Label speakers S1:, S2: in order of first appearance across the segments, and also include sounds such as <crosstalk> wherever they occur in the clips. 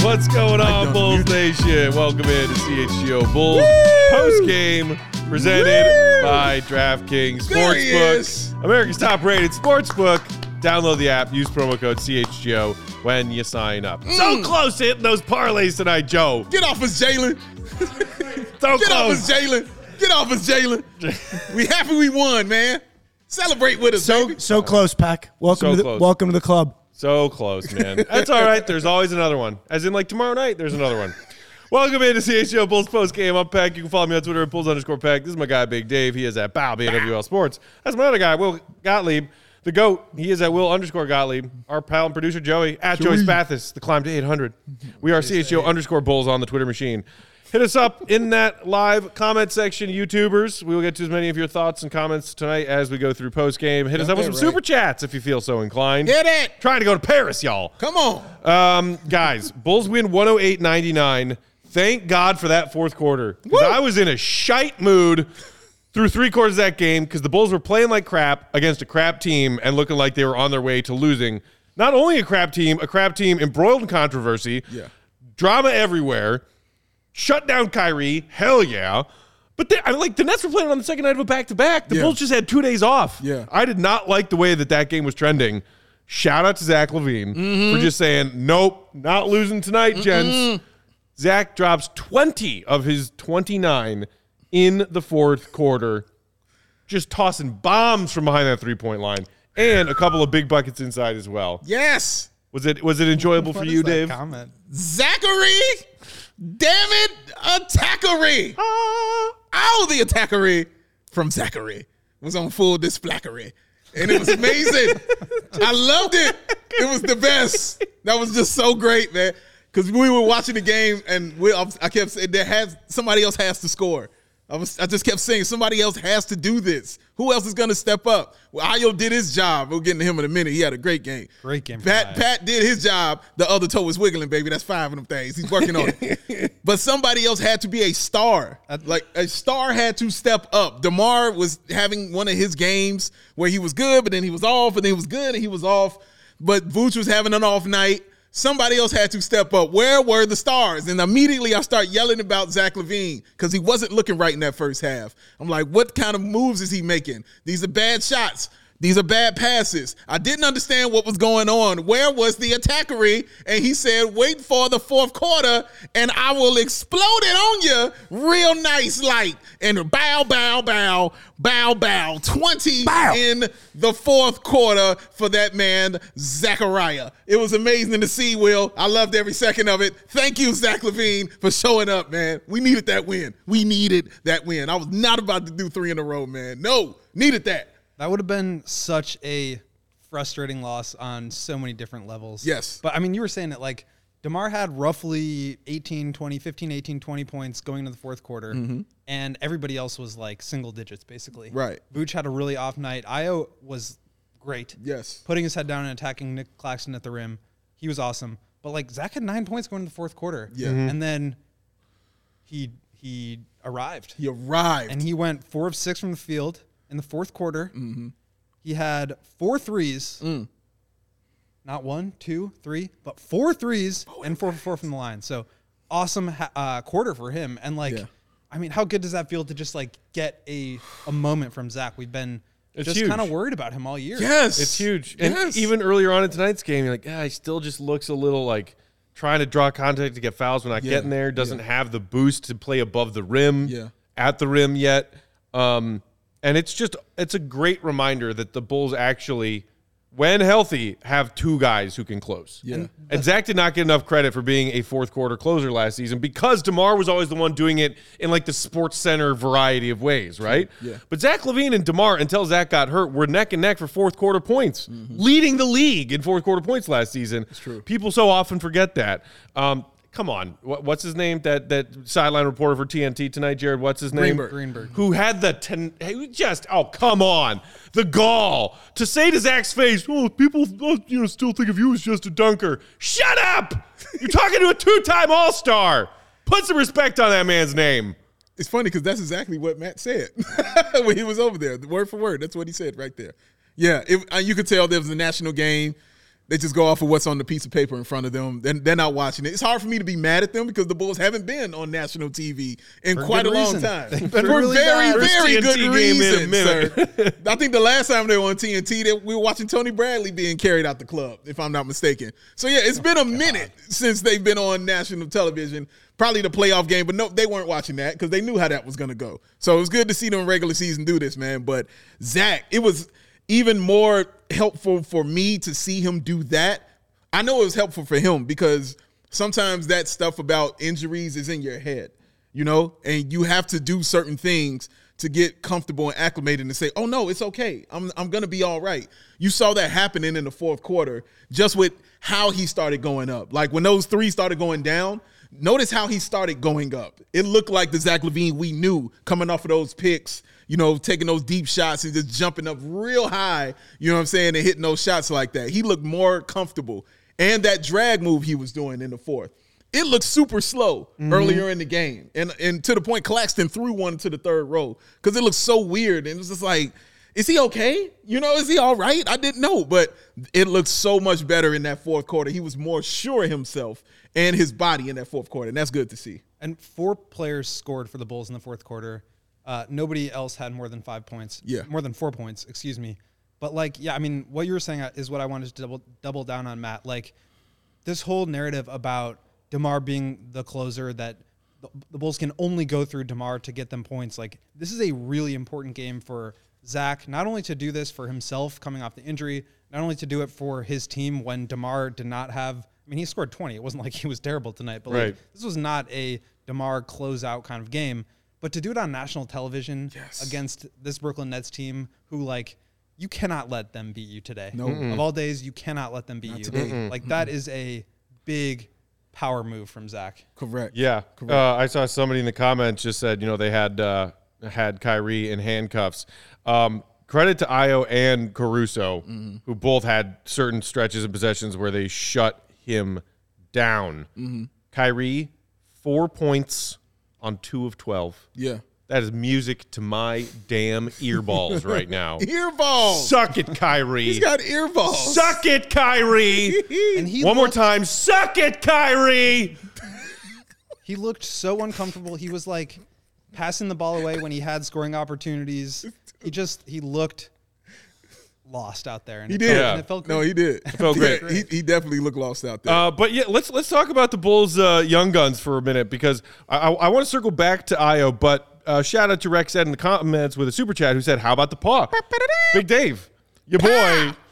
S1: What's going on, Bulls Nation? Welcome in to CHGO Bulls post game presented by DraftKings Sportsbook, America's top rated sportsbook. Download the app, use promo code CHGO when you sign up. So close to hitting those parlays tonight, Joe.
S2: Mm. Get off us, Jalen.
S1: So
S2: Get off us,
S1: close.
S2: Jalen. Get off us, Jalen. We happy we won, man. Celebrate with us,
S3: So
S2: baby.
S3: so close, Pack. Welcome
S1: So
S3: to the,
S1: close.
S3: welcome to the club.
S1: So close, man. That's all right. There's always another one. As in, like tomorrow night, there's another one. Welcome into CHGO Bulls post game. I'm Pack. You can follow me on Twitter at Bulls underscore Pack. This is my guy, Big Dave. He is at Bow BNWL Sports. That's my other guy, Will Gottlieb, the GOAT. He is at Will underscore Gottlieb. Our pal and producer, Joey, at Joey Spathis, the climb to 800. We are CHGO underscore Bulls on the Twitter machine. Hit us up in that live comment section, YouTubers. We will get to as many of your thoughts and comments tonight as we go through post game. Hit us up with some super chats if you feel so inclined.
S2: Get it.
S1: Trying to go to Paris, y'all.
S2: Come on.
S1: Um, guys, Bulls win 108-99. Thank God for that fourth quarter. 'Cause I was in a shite mood through three quarters of that game because the Bulls were playing like crap against a crap team and looking like they were on their way to losing. Not only a crap team, a crap team embroiled in controversy.
S2: Yeah.
S1: Drama everywhere. Shut down Kyrie. Hell yeah. But they, I mean, like the Nets were playing on the second night of a back to back. The
S2: Yeah.
S1: Bulls just had two days off.
S2: Yeah.
S1: I did not like the way that that game was trending. Shout out to Zach Levine for just saying, nope, not losing tonight, gents. Zach drops 20 of his 29 in the fourth quarter, just tossing bombs from behind that three point line and a couple of big buckets inside as well.
S2: Yes.
S1: Was it was it enjoyable for you, Dave?
S2: Zachary. Damn it. Attackery.
S3: Ah.
S2: All the attackery from Zachary was on full displackery. And it was amazing. I loved it. It was the best. That was just so great, man. Because we were watching the game, and we, I I kept saying, there has, somebody else has to score. I, was, I just kept saying, somebody else has to do this. Who else is going to step up? Well, Ayo did his job. We'll get into him in a minute. He had a great game.
S3: Great game from
S2: Pat, Pat did his job. The other toe was wiggling, baby. That's five of them things. He's working on it. But somebody else had to be a star. Like a star had to step up. DeMar was having one of his games where he was good, but then he was off, and then he was good, and he was off. But Vooch was having an off night. Somebody else had to step up. Where were the stars? And immediately I start yelling about Zach Levine because he wasn't looking right in that first half. I'm like, what kind of moves is he making? These are bad shots. These are bad passes. I didn't understand what was going on. Where was the attackery? And he said, wait for the fourth quarter and I will explode it on you real nice like. And bow, bow, bow, bow, bow. 20 in the fourth quarter for that man, Zachariah. It was amazing to see, Will. I loved every second of it. Thank you, Zach Levine, for showing up, man. We needed that win. We needed that win. I was not about to do three in a row, man. No, needed that.
S4: That would have been such a frustrating loss on so many different levels.
S2: Yes.
S4: But I mean, you were saying it like DeMar had roughly 18, 20, 15, 18, 20 points going into the fourth quarter, and everybody else was like single digits basically.
S2: Right.
S4: Vooch had a really off night. Io was great.
S2: Yes.
S4: Putting his head down and attacking Nick Claxton at the rim. He was awesome. But like Zach had nine points going into the fourth quarter.
S2: Yeah.
S4: And then he he arrived.
S2: He arrived.
S4: and he went four of six from the field in the fourth quarter.
S2: Mm-hmm.
S4: He had four threes,
S2: Mm.
S4: not one, two, three, but four threes and four for four from the line. So awesome ha- uh, quarter for him. And like,
S2: Yeah.
S4: I mean, how good does that feel to just like get a a moment from Zach? We've been
S1: It's
S4: just
S1: huge.
S4: kind of worried about him all year.
S2: Yes.
S1: It's huge. And
S2: Yes.
S1: even earlier on in tonight's game, you're like, ah, he still just looks a little like trying to draw contact to get fouls when not getting there. Doesn't have the boost to play above the rim.
S2: Yeah.
S1: At the rim yet. Um, and it's just it's a great reminder that the Bulls actually, when healthy, have two guys who can close.
S2: Yeah.
S1: And, and Zach did not get enough credit for being a fourth quarter closer last season because DeMar was always the one doing it in like the sports center variety of ways, right?
S2: Yeah.
S1: But Zach Levine and DeMar, until Zach got hurt, were neck and neck for fourth quarter points, leading the league in fourth quarter points last season. That's
S2: Mm-hmm. true.
S1: People so often forget that. Um, come on. What, what's his name? That that sideline reporter for TNT tonight, Jared, what's his name?
S2: Greenberg.
S4: Greenberg.
S1: Who had the ten, who just, oh, come on. The gall to say to Zach's face, oh, people oh, you know, still think of you as just a dunker. Shut up. <laughs> You're talking to a two time All Star. Put some respect on that man's name.
S2: It's funny because that's exactly what Matt said <laughs> when he was over there, word for word. That's what he said right there. Yeah, it, uh, you could tell there was a national game. They just go off of what's on the piece of paper in front of them. Then they're not watching it. It's hard for me to be mad at them because the Bulls haven't been on national TV in quite a
S4: good
S2: long
S4: reason.
S2: time.
S4: They've
S2: For
S4: been really
S2: very,
S4: bad.
S2: very
S1: First
S2: good
S1: TNT game in a
S2: reason,
S1: minute.
S2: sir. <laughs> I think the last time they were on TNT, that we were watching Tony Bradley being carried out the club, if I'm not mistaken. So yeah, it's been a minute since they've been on national television. Probably the playoff game, but no, they weren't watching that because they knew how that was going to go. So it was good to see them regular season do this, man. But Zach, it was even more helpful for me to see him do that. I know it was helpful for him because sometimes that stuff about injuries is in your head you know, and you have to do certain things to get comfortable and acclimated and say, "Oh no, it's okay. I'm I'm gonna be all right." You saw that happening in the fourth quarter, just with how he started going up. Like when those three started going down, notice how he started going up. It looked like the Zach Levine we knew coming off of those picks. You know, taking those deep shots and just jumping up real high. You know what I'm saying? And hitting those shots like that. He looked more comfortable. And that drag move he was doing in the fourth it looked super slow
S4: Mm-hmm.
S2: earlier in the game, and and to the point Claxton threw one to the third row because it looked so weird, and it was just like, is he okay? You know, is he all right? I didn't know, but it looked so much better in that fourth quarter. He was more sure of himself and his body in that fourth quarter, and that's good to see.
S4: And four players scored for the Bulls in the fourth quarter. Uh, nobody else had more than five points.
S2: Yeah.
S4: More than four points, excuse me. But like, yeah, I mean, what you were saying uh, is what I wanted to double double down on, Matt. Like, this whole narrative about Demar being the closer that the, the Bulls can only go through Demar to get them points. Like, this is a really important game for Zach, not only to do this for himself coming off the injury, not only to do it for his team when Demar did not have. I mean, he scored twenty. It wasn't <laughs> like he was terrible tonight, but like,
S1: Right.
S4: this was not a DeMar closeout kind of game, but to do it on national television against this Brooklyn Nets team who like you cannot let them beat you today. No. Of all days, you cannot let them beat you. Like that is a big power move from Zach.
S2: Correct.
S1: Yeah, uh, I saw somebody in the comments just said, you know, they had uh, had Kyrie in handcuffs. Um, credit to Io and Caruso,
S2: Mm-hmm.
S1: who both had certain stretches and possessions where they shut him down.
S2: Mm-hmm.
S1: Kyrie, four points on two of twelve.
S2: Yeah.
S1: That is music to my damn earballs
S2: <laughs>
S1: right now.
S2: Ear balls.
S1: Suck it, Kyrie.
S2: He's got ear balls.
S1: Suck it,
S2: <laughs>
S1: Kyrie.
S4: And he
S1: One more
S4: looked-
S1: time. Suck it, Kyrie.
S4: He looked so uncomfortable. He was like passing the ball away when he had scoring opportunities. He just he looked lost out there. And
S2: He
S4: it
S2: did.
S4: felt- and it felt
S2: No,
S4: great.
S2: he did.
S1: felt
S2: Yeah,
S1: great.
S2: <laughs> he, he definitely looked lost out there.
S1: Uh, but yeah, let's let's talk about the Bulls' uh, young guns for a minute because I, I, I want to circle back to Io. But uh, shout out to Rex Ed in the comments with a super chat who said, "How about the paw, Big Dave, your boy? <laughs>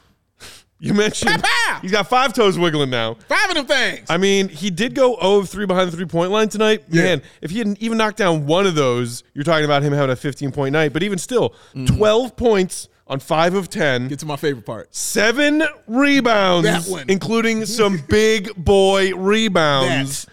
S1: You mentioned
S2: Pow, pow.
S1: he's got five toes wiggling now.
S2: Five of them things.
S1: I mean, he did go 0 of 3 behind the three point line tonight. Man, if he hadn't even knocked down one of those, you're talking about him having a 15 point night. But even still, 12 points on five of 10
S2: Get to my favorite part.
S1: seven
S2: That
S1: rebounds,
S2: one. <laughs>
S1: including some big boy rebounds,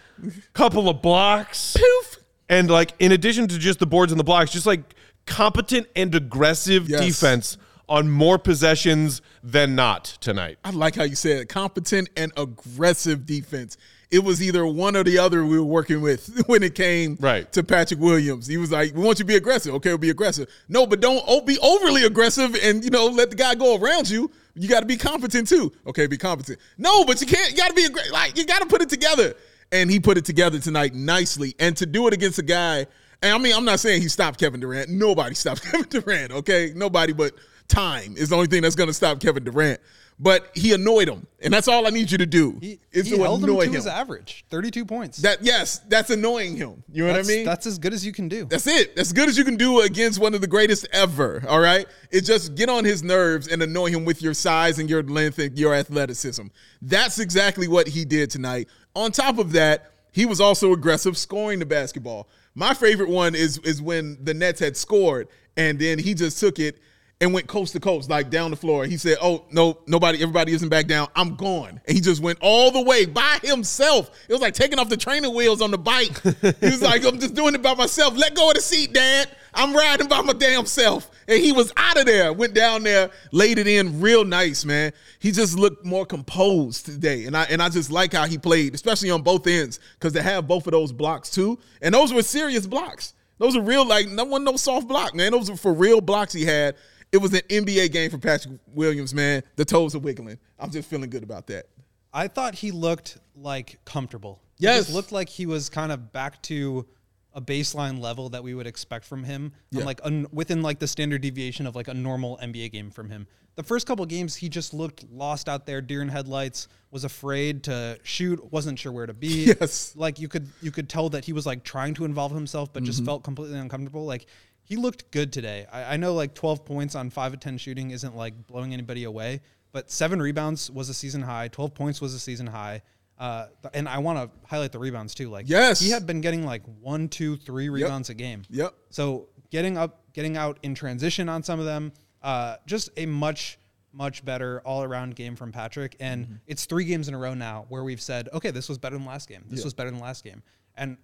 S1: couple of blocks,
S2: Poof.
S1: and like in addition to just the boards and the blocks, just like competent and aggressive
S2: Yes.
S1: defense on more possessions than not tonight.
S2: I like how you said it. competent and aggressive defense. It was either one or the other we were working with <laughs> when it came
S1: Right.
S2: to Patrick Williams. He was like, "We want you to be aggressive. Okay, we'll be aggressive. No, but don't o- be overly aggressive and you know let the guy go around you. You got to be competent too. Okay, be competent. No, but you can't. You got to be aggra- like you got to put it together." and he put it together tonight nicely. And to do it against a guy, and I mean, I'm not saying he stopped Kevin Durant. Nobody <laughs> stopped Kevin Durant, okay? Nobody but time is the only thing that's going to stop Kevin Durant. But he annoyed him, and that's all I need you to do
S4: He,
S2: is
S4: he
S2: to
S4: held him
S2: annoy
S4: to
S2: him.
S4: his average, 32 points.
S2: That yes, that's annoying him. You know
S4: that's,
S2: what I mean?
S4: that's as good as you can do.
S2: That's it. As good as you can do against one of the greatest ever. All right. It's just get on his nerves and annoy him with your size and your length and your athleticism. That's exactly what he did tonight. On top of that, he was also aggressive scoring the basketball. My favorite one is is when the Nets had scored and then he just took it and went coast to coast, like down the floor. He said, "Oh no, nobody, everybody isn't back down. I'm gone." And he just went all the way by himself. It was like taking off the training wheels on the bike. he was like, "I'm just doing it by myself. Let go of the seat, Dad. I'm riding by my damn self." And he was out of there. Went down there, laid it in real nice, man. He just looked more composed today, and I and I just like how he played, especially on both ends, because they have both of those blocks too, and those were serious blocks. Those are real, like no one no soft block, man. Those were for real blocks he had. It was an NBA game for Patrick Williams, man. The toes are wiggling. I'm just feeling good about that.
S4: I thought he looked like comfortable.
S2: Yes.
S4: He just looked like he was kind of back to a baseline level that we would expect from him. And like un- within like the standard deviation of like a normal NBA game from him. The first couple games he just looked lost out there, deer in headlights, was afraid to shoot, wasn't sure where to be.
S2: <laughs> Yes.
S4: Like you could you could tell that he was like trying to involve himself but just felt completely uncomfortable. Like he looked good today. I, I know like 12 points on 5 of 10 shooting isn't like blowing anybody away, but 7 rebounds was a season high, 12 points was a season high. Uh, th- and I want to highlight the rebounds too. Like
S2: Yes.
S4: he had been getting like one, two, three rebounds a game.
S2: Yep.
S4: So getting up, getting out in transition on some of them, uh, just a much, much better all around game from Patrick. And
S1: Mm-hmm.
S4: it's three games in a row now where we've said, okay, this was better than last game. This was better than last game. And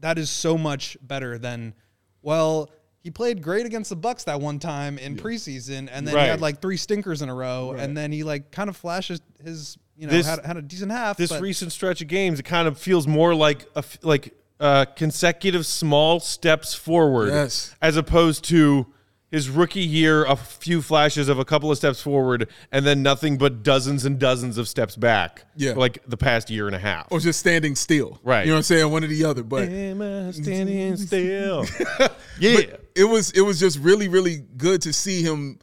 S4: that is so much better than, well, he played great against the Bucks that one time in preseason, and then he
S1: Right.
S4: had like three stinkers in a row, and then he like kind of flashes his, you know,
S1: This-
S4: had, had a decent half.
S1: this
S4: but-
S1: recent stretch of games, it kind of feels more like a f like uh, consecutive small steps forward,
S2: Yes.
S1: as opposed to his rookie year, a few flashes of a couple of steps forward, and then nothing but dozens and dozens of steps back.
S2: Yeah. Oh,
S1: for, like the past year and a half.
S2: Or just standing still.
S1: Right.
S2: You know what I'm saying? One or the other. But
S1: Am I
S2: <laughs>
S1: standing still? yeah,
S2: it was it was just really really good to see him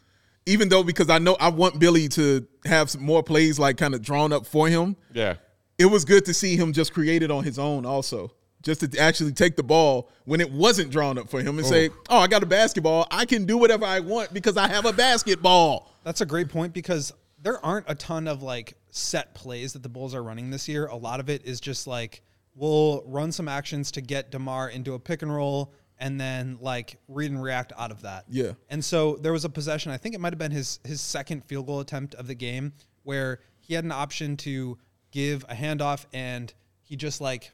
S2: even though because I know I want Billy to have some more plays like kind of drawn up for him.
S1: yeah.
S2: It was good to see him just create it on his own also. Just to actually take the ball when it wasn't drawn up for him and say, "Oh, I got a basketball. I can do whatever I want because I have a basketball."
S4: That's a great point because there aren't a ton of like set plays that the Bulls are running this year. A lot of it is just like we'll run some actions to get DeMar into a pick and roll and then like read and react out of that.
S2: Yeah.
S4: And so there was a possession, I think it might have been his his second field goal attempt of the game where he had an option to give a handoff and he just like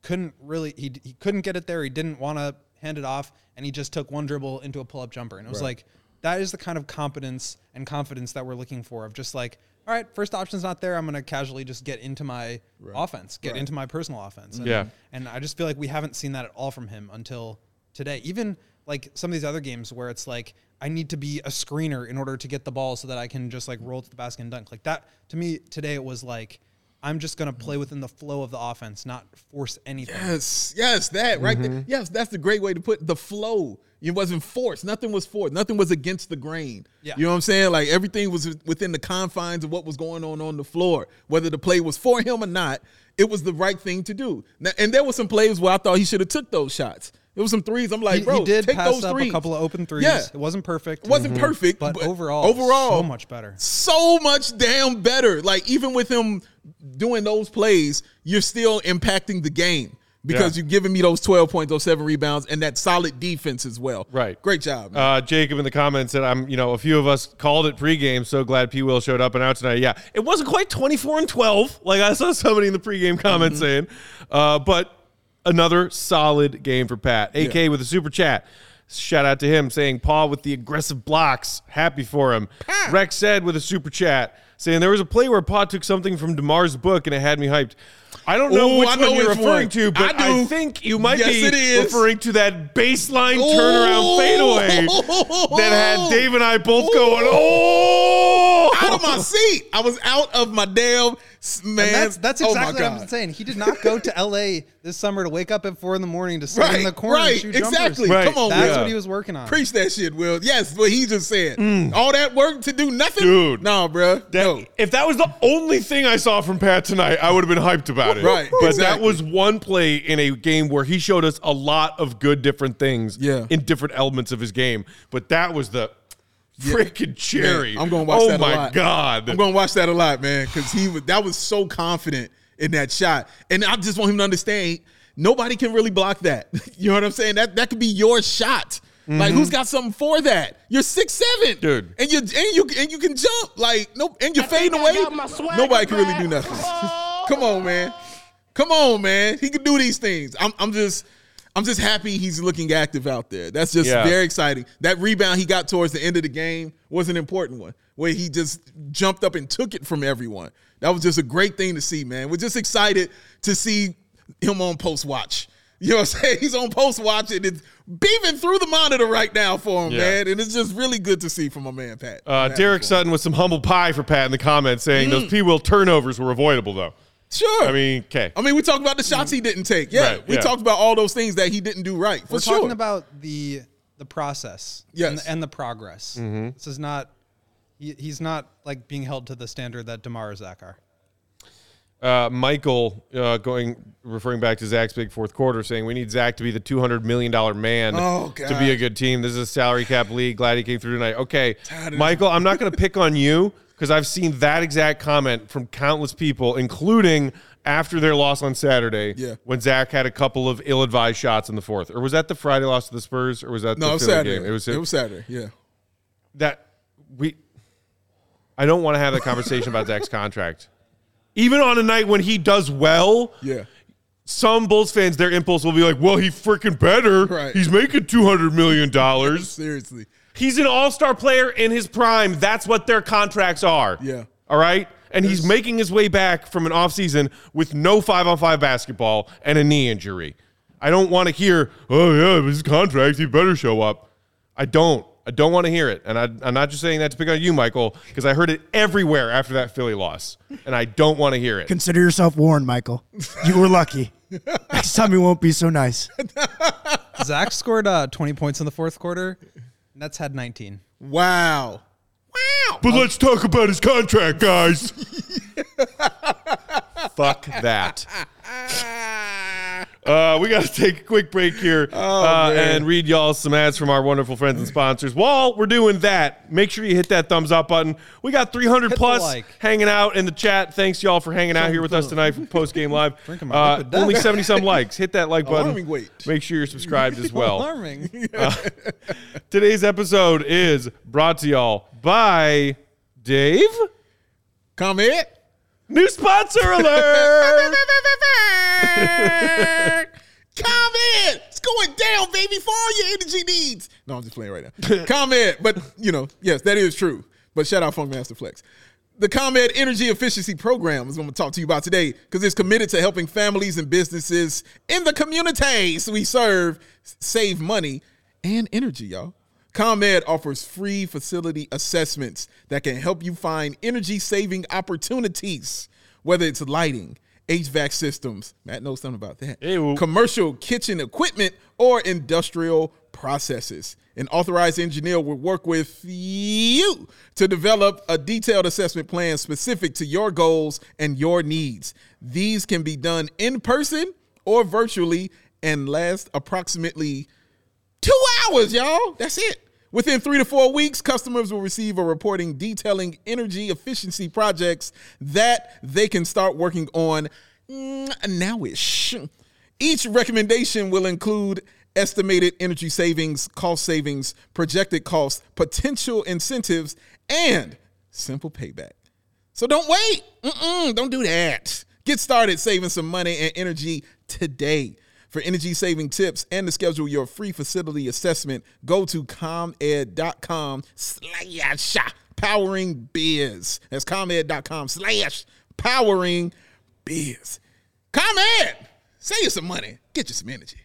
S4: couldn't really he, he couldn't get it there. He didn't want to hand it off and he just took one dribble into a pull-up jumper and it was like that is the kind of competence and confidence that we're looking for of just like all right, first option's not there. I'm going to casually just get into my offense, get into my personal offense. And,
S1: Yeah.
S4: and I just feel like we haven't seen that at all from him until today. Even like some of these other games where it's like I need to be a screener in order to get the ball so that I can just like roll to the basket and dunk. Like that to me today it was like I'm just gonna play within the flow of the offense, not force anything.
S2: Yes, yes, that right there. Yes, that's the great way to put the flow. It wasn't forced. Nothing was forced. Nothing was against the grain.
S4: Yeah.
S2: You know what I'm saying? Like everything was within the confines of what was going on on the floor. Whether the play was for him or not, it was the right thing to do. Now, and there were some plays where I thought he should have took those shots. It was some threes. I'm like,
S4: He, he
S2: bro,
S4: did
S2: take
S4: pass
S2: those
S4: up
S2: threes.
S4: a couple of open threes.
S2: Yeah.
S4: It wasn't perfect. Mm-hmm.
S2: It wasn't perfect,
S4: But, overall,
S2: overall,
S4: so much better.
S2: so much damn better. Like even with him doing those plays, you're still impacting the game because
S1: Yeah.
S2: you're giving me those 12 points, those seven rebounds, and that solid defense as well.
S1: Right.
S2: Great job. man.
S1: Uh, Jacob in the comments said, "I'm, you know, a few of us called it pregame. So glad P. Will showed up and out tonight. Yeah, it wasn't quite 24 and 12, like I saw somebody in the pregame comments saying,
S2: Mm-hmm.
S1: uh, but another solid game for Pat. AK with a super chat. Shout out to him saying, "Paul with the aggressive blocks. Happy for him." Rex said with a super chat saying, "There was a play where Paul took something from Demar's book and it had me hyped." I don't know
S2: Ooh,
S1: which
S2: I
S1: one
S2: know
S1: you're
S2: which
S1: referring
S2: one.
S1: to, but
S2: I
S1: I,
S2: do.
S1: think you might
S2: Yes, it
S1: be
S2: is.
S1: referring to that baseline turnaround
S2: Ooh.
S1: fadeaway that had Dave and I both going,
S2: Ooh.
S1: oh!
S2: I'd
S1: <laughs>
S2: have my seat. I was out of my damn s- man.
S4: And that's that's
S2: Oh my
S4: exactly what I'm
S2: God.
S4: saying. He did not go to L.A. this summer to wake up at four in the morning to sit in
S2: Right,
S4: the corner
S2: right,
S4: and shoot jumpers.
S2: exactly.
S1: Right.
S2: Come on,
S4: That's
S2: Will.
S4: what he was working on. Mm.
S2: Preach that shit, Will. Yes, what he just said. All that work to do nothing,
S1: Dude.
S2: No, bro.
S1: That-
S2: no.
S1: If that was the only thing I saw from Pat tonight, I would have been hyped about it.
S2: Right,
S1: But that
S2: exactly.
S1: was one play in a game where he showed us a lot of good different things
S2: Yeah.
S1: in different elements of his game. But that was the freaking cherry.
S2: Man, I'm gonna watch
S1: oh
S2: that.
S1: my
S2: a lot.
S1: god.
S2: I'm gonna watch that a lot, man, because he was that was so confident in that shot, and I just want him to understand nobody can really block that. <laughs> you know what I'm saying? That that could be your shot. Like who's got something for that? You're six seven,
S1: Mm-hmm. Dude.
S2: and you and you and you can jump like no, and you're fading away. Nobody can really do nothing. <laughs> Come on, man. Come on, man. He can do these things. I'm, I'm just, I'm just happy he's looking active out there. That's just
S1: Yeah.
S2: very exciting. That rebound he got towards the end of the game was an important one, where he just jumped up and took it from everyone. That was just a great thing to see, man. We're just excited to see him on post watch. <laughs> You know what I'm saying? He's on post watch and it's beaming through the monitor right now for him,
S1: Yeah.
S2: man. And it's just really good to see from my man Pat.
S1: Uh,
S2: I'm happy
S1: Derek
S2: for him.
S1: Sutton with some humble pie for Pat in the comments saying
S2: Mm.
S1: those P Will turnovers were avoidable though.
S2: Sure.
S1: I mean, okay.
S2: I mean, we talked about the shots he didn't take. Yeah,
S1: Right,
S2: we
S1: yeah.
S2: talked about all those things that he didn't do right. For
S4: We're
S2: sure.
S4: talking about the the process and,
S2: Yes.
S4: the, and the progress.
S5: Mm-hmm.
S4: This is not he, he's not like being held to the standard that Demar Zach are.
S1: uh, Michael uh, going referring back to Zach's big fourth quarter, saying we need Zach to be the two hundred million dollar man
S2: Oh,
S1: to be a
S2: God.
S1: good team. This is a salary cap league. Glad he came through tonight. Okay,
S2: Tired of-
S1: Michael, I'm not going to pick on you because I've seen that exact comment from countless people, including after their loss on Saturday,
S2: Yeah.
S1: when Zach had a couple of ill-advised shots in the fourth. Or was that the Friday loss to the Spurs? Or was that
S2: no, it
S1: the
S2: was
S1: Philly
S2: Saturday.
S1: game? It was
S2: Saturday. Yeah.
S1: that we I don't want to have that conversation about Zach's contract. Even on a night when he does well,
S2: Yeah.
S1: some Bulls fans, their impulse will be like, well, he freaking better.
S2: Right.
S1: He's making $200 million.
S2: Seriously.
S1: He's an all star player in his prime. That's what their contracts are.
S2: Yeah.
S1: All right. And he's making his way back from an offseason with no five on five basketball and a knee injury. I don't want to hear, oh, yeah, it was his contract. He better show up. I don't. I don't want to hear it. And I, I'm not just saying that to pick on you, Michael, because I heard it everywhere after that Philly loss. And I don't want to hear it.
S5: Consider yourself warned, Michael. You were lucky. Next time you won't be so nice.
S4: Zach <laughs> scored uh, 20 points in the fourth quarter. Nets had 19.
S2: Wow. Wow.
S1: But let's talk about his contract, guys.
S4: <laughs>
S1: Fuck that.
S2: <laughs>
S1: Uh, we got to take a quick break here
S4: Oh,
S1: uh, and read y'all some ads from our wonderful friends and sponsors. While we're doing that, make sure you hit that thumbs up button. We got 300
S4: Hit the
S1: plus
S4: like.
S1: hanging out in the chat. Thanks, y'all, for hanging out here with us tonight from Post Game Live.
S4: <laughs> Drinking my
S1: Uh,
S4: liquid death.
S1: only
S4: <laughs>
S1: 70 some likes. Hit that like button.
S2: Alarming weight.
S1: Make sure you're subscribed as well.
S4: Alarming.
S1: Today's episode is brought to y'all by Dave.
S2: Comment.
S1: New
S4: <laughs>
S1: sponsor alert!
S2: <laughs> Comment. It's going down, baby, for all your energy needs. No, I'm just playing right now. Comment. But, you know, yes, that is true. But shout out Funkmaster Flex. The ComEd Energy Efficiency Program is what I'm going to talk to you about today because it's committed to helping families and businesses in the communities we serve s- save money and energy, y'all. ComEd offers free facility assessments that can help you find energy saving opportunities, whether it's lighting, HVAC systems, Matt knows something about that,
S1: Ew.
S2: commercial kitchen equipment, or industrial processes. An authorized engineer will work with you to develop a detailed assessment plan specific to your goals and your needs. These can be done in person or virtually and last approximately Two hours, y'all. That's it. Within three to four weeks, customers will receive a reporting detailing energy efficiency projects that they can start working on mm, nowish. Each recommendation will include estimated energy savings, cost savings, projected costs, potential incentives, and simple payback. So don't wait. Mm-mm, don't do that. Get started saving some money and energy today. For energy saving tips and to schedule your free facility assessment, go to comed.com slash powering biz. That's comed.com slash powering biz. Comed, save you some money. Get you some energy.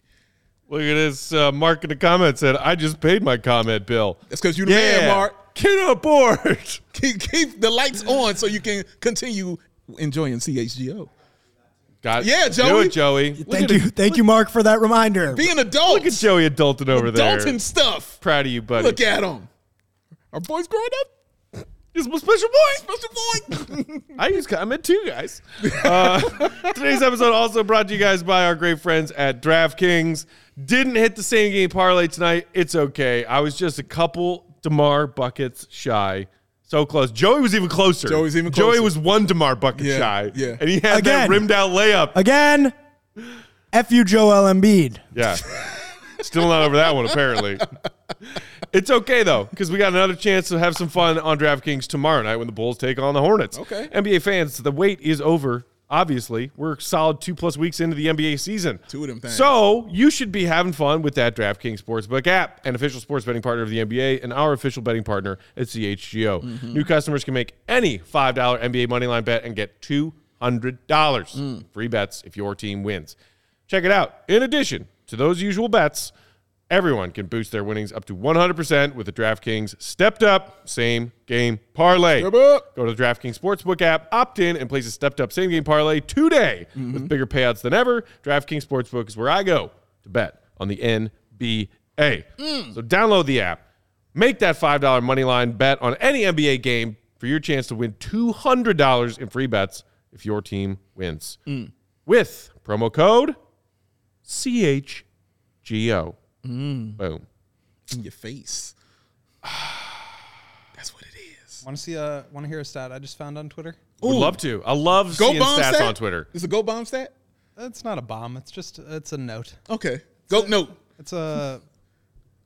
S1: Look at this. Uh, Mark in the comment said, I just paid my comment bill. <laughs>
S2: That's because you the man, Mark.
S1: Get aboard.
S2: Keep, keep the lights on so you can continue enjoying CHGO.
S1: Got
S2: Yeah,
S1: Do
S2: Joey.
S1: it, Joey. Look
S5: Thank
S1: at-
S5: you, thank you, Mark, for that reminder.
S2: Be an adult.
S1: Look at Joey adulting over there.
S2: Dalton stuff.
S1: Proud of you, buddy.
S2: Look at him. Our boys growing up.
S1: He's my special boy.
S2: Special boy. <laughs>
S1: I used I meant two guys. Uh, <laughs> today's episode also brought to you guys by our great friends at DraftKings. Didn't hit the same game parlay tonight. It's okay. I was just a couple Demar buckets shy. So close. Joey was even closer.
S2: Joey was even
S1: Joey
S2: closer.
S1: was one Demar bucket
S2: Yeah,
S1: shy.
S2: yeah.
S1: And he had that
S5: Again.
S1: rimmed out layup.
S5: Again, F you, Joel Embiid.
S1: Yeah. Still not over that one, apparently. It's okay, though, because we got another chance to have some fun on DraftKings tomorrow night when the Bulls take on the Hornets.
S2: Okay.
S1: NBA fans, the wait is over. Obviously, we're solid two plus weeks into the NBA season.
S2: Two of them things.
S1: So you should be having fun with that DraftKings Sportsbook app, an official sports betting partner of the NBA, and our official betting partner at CHGO. New customers can make any five dollar NBA moneyline bet and get two hundred dollars free bets if your team wins. Check it out. In addition to those usual bets, everyone can boost their winnings up to 100% with the DraftKings stepped up same game parlay.
S2: up.
S1: Go to the DraftKings Sportsbook app, opt in, and place a stepped up same game parlay today with bigger payouts than ever. DraftKings Sportsbook is where I go to bet on the NBA. So download the app, make that $5 money line bet on any NBA game for your chance to win $200 in free bets if your team wins with promo code CHGO. Boom.
S2: in your face. <sighs> That's what it is.
S4: Want to see a want to hear a stat I just found on Twitter?
S1: Would love to. I love
S2: Go
S1: seeing
S2: bomb
S1: stats
S2: stat
S1: on Twitter.
S2: It's a go bomb stat.
S4: It's not a bomb. It's just it's a note.
S2: Okay. Go note.
S4: It's a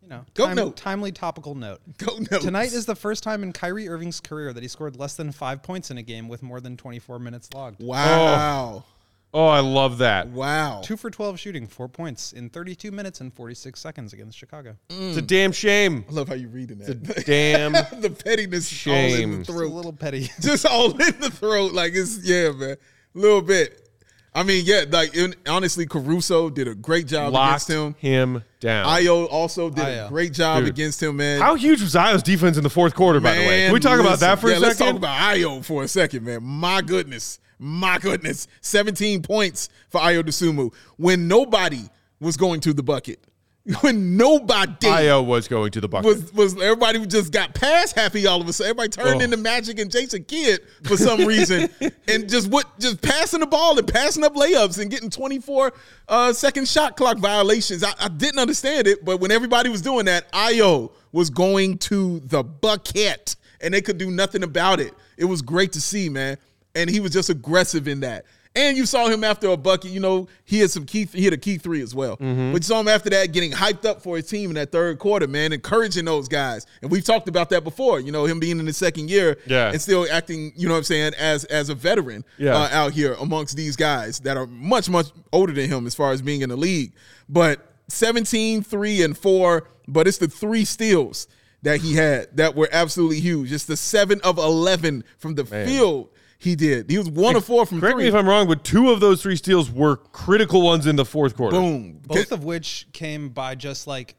S4: you know
S2: Go note.
S4: timely topical note.
S2: Go note.
S4: Tonight is the first time in Kyrie Irving's career that he scored less than five points in a game with more than 24 minutes logged.
S2: <laughs> wow.
S1: Oh, I love that.
S2: Mm. Wow.
S4: Two for 12 shooting, four points in 32 minutes and 46 seconds against Chicago.
S1: It's a damn shame.
S2: I love how you reading that. <laughs>
S1: Damn.
S2: the pettiness is all in
S1: Shame. It's a
S2: the
S4: It's
S2: throat.
S4: a little petty.
S2: just all in the throat. Like it's yeah, man. A little bit. I mean, yeah, like in, honestly, Caruso did a great job
S1: Locked him.
S2: against him.
S1: down.
S2: Io also did
S4: Ayo.
S2: a great job
S1: Dude.
S2: against him, man.
S1: How huge was Io's defense in the fourth quarter, by the way? Can we
S2: Man,
S1: talk about that
S2: listen.
S1: for
S2: yeah,
S1: a
S2: Let's talk
S1: second?
S2: about Io for a second, man. My goodness. My goodness. 17 points for Io DeSumo when nobody was going to the bucket. <laughs> When nobody
S1: Io was going to the bucket.
S2: was was everybody just got past happy all of a sudden. Everybody turned
S1: Oh.
S2: into Magic and Jason Kidd for some
S1: <laughs>
S2: reason, and just what just passing the ball and passing up layups and getting 24 uh, second shot clock violations. I, I didn't understand it, but when everybody was doing that, Io was going to the bucket, and they could do nothing about it. It was great to see, man, and he was just aggressive in that. And you saw him after a bucket. You know he had some key. He had a key three as well. But you saw him after that getting hyped up for his team in that third quarter, man, encouraging those guys. And we've talked about that before. You know him being in his second year,
S1: Yeah.
S2: and still acting. You know what I'm saying as as a veteran,
S1: Yeah.
S2: uh, out here amongst these guys that are much much older than him as far as being in the league. But 17, 3, and four. But it's the three steals that he had that were absolutely huge. It's the seven of eleven from the field. He did. He was one of four from
S1: Correct
S2: three.
S1: me if I'm wrong, but two of those three steals were critical ones in the fourth quarter.
S2: Boom.
S4: <laughs> Both of which came by just like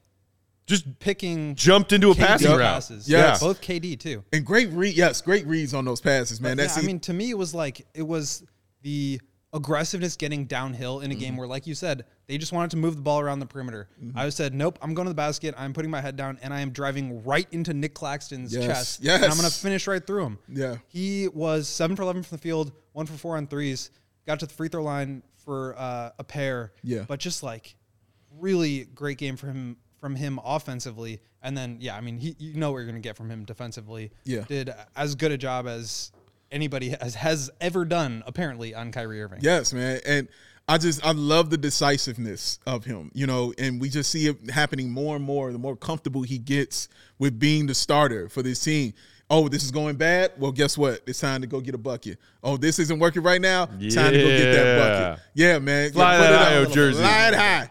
S1: Just
S4: picking
S1: jumped into a
S4: KD
S1: passing route.
S4: passes.
S2: Yes.
S4: Both KD too.
S2: And great read, yes, great reads on those passes, man.
S4: Yeah,
S2: That's
S4: I mean, to me, it was like it was the aggressiveness getting downhill in a
S2: Mm-hmm.
S4: game where, like you said, they just wanted to move the ball around the perimeter. I said, nope, I'm going to the basket. I'm putting my head down, and I am driving right into Nick Claxton's
S2: Yes,
S4: chest.
S2: yes.
S4: and I'm going to finish right through him.
S2: Yeah.
S4: he was seven for eleven from the field, one for four on threes. Got to the free throw line for uh, a pair.
S2: Yeah.
S4: but just like really great game from him from him offensively and then yeah i mean he, you know what you're going to get from him defensively
S2: Yeah.
S4: did as good a job as anybody has, has ever done apparently on Kyrie Irving
S2: yes, man. And I just I love the decisiveness of him, you know, and we just see it happening more and more. The more comfortable he gets with being the starter for this team. Oh, this is going bad. Well, guess what? It's time to go get a bucket. Oh, this isn't working right now. Time to go get that
S1: Yeah.
S2: bucket. Yeah, man.
S1: Fly
S2: Put
S1: that
S2: it up.
S1: IO jersey.
S2: Fly it high.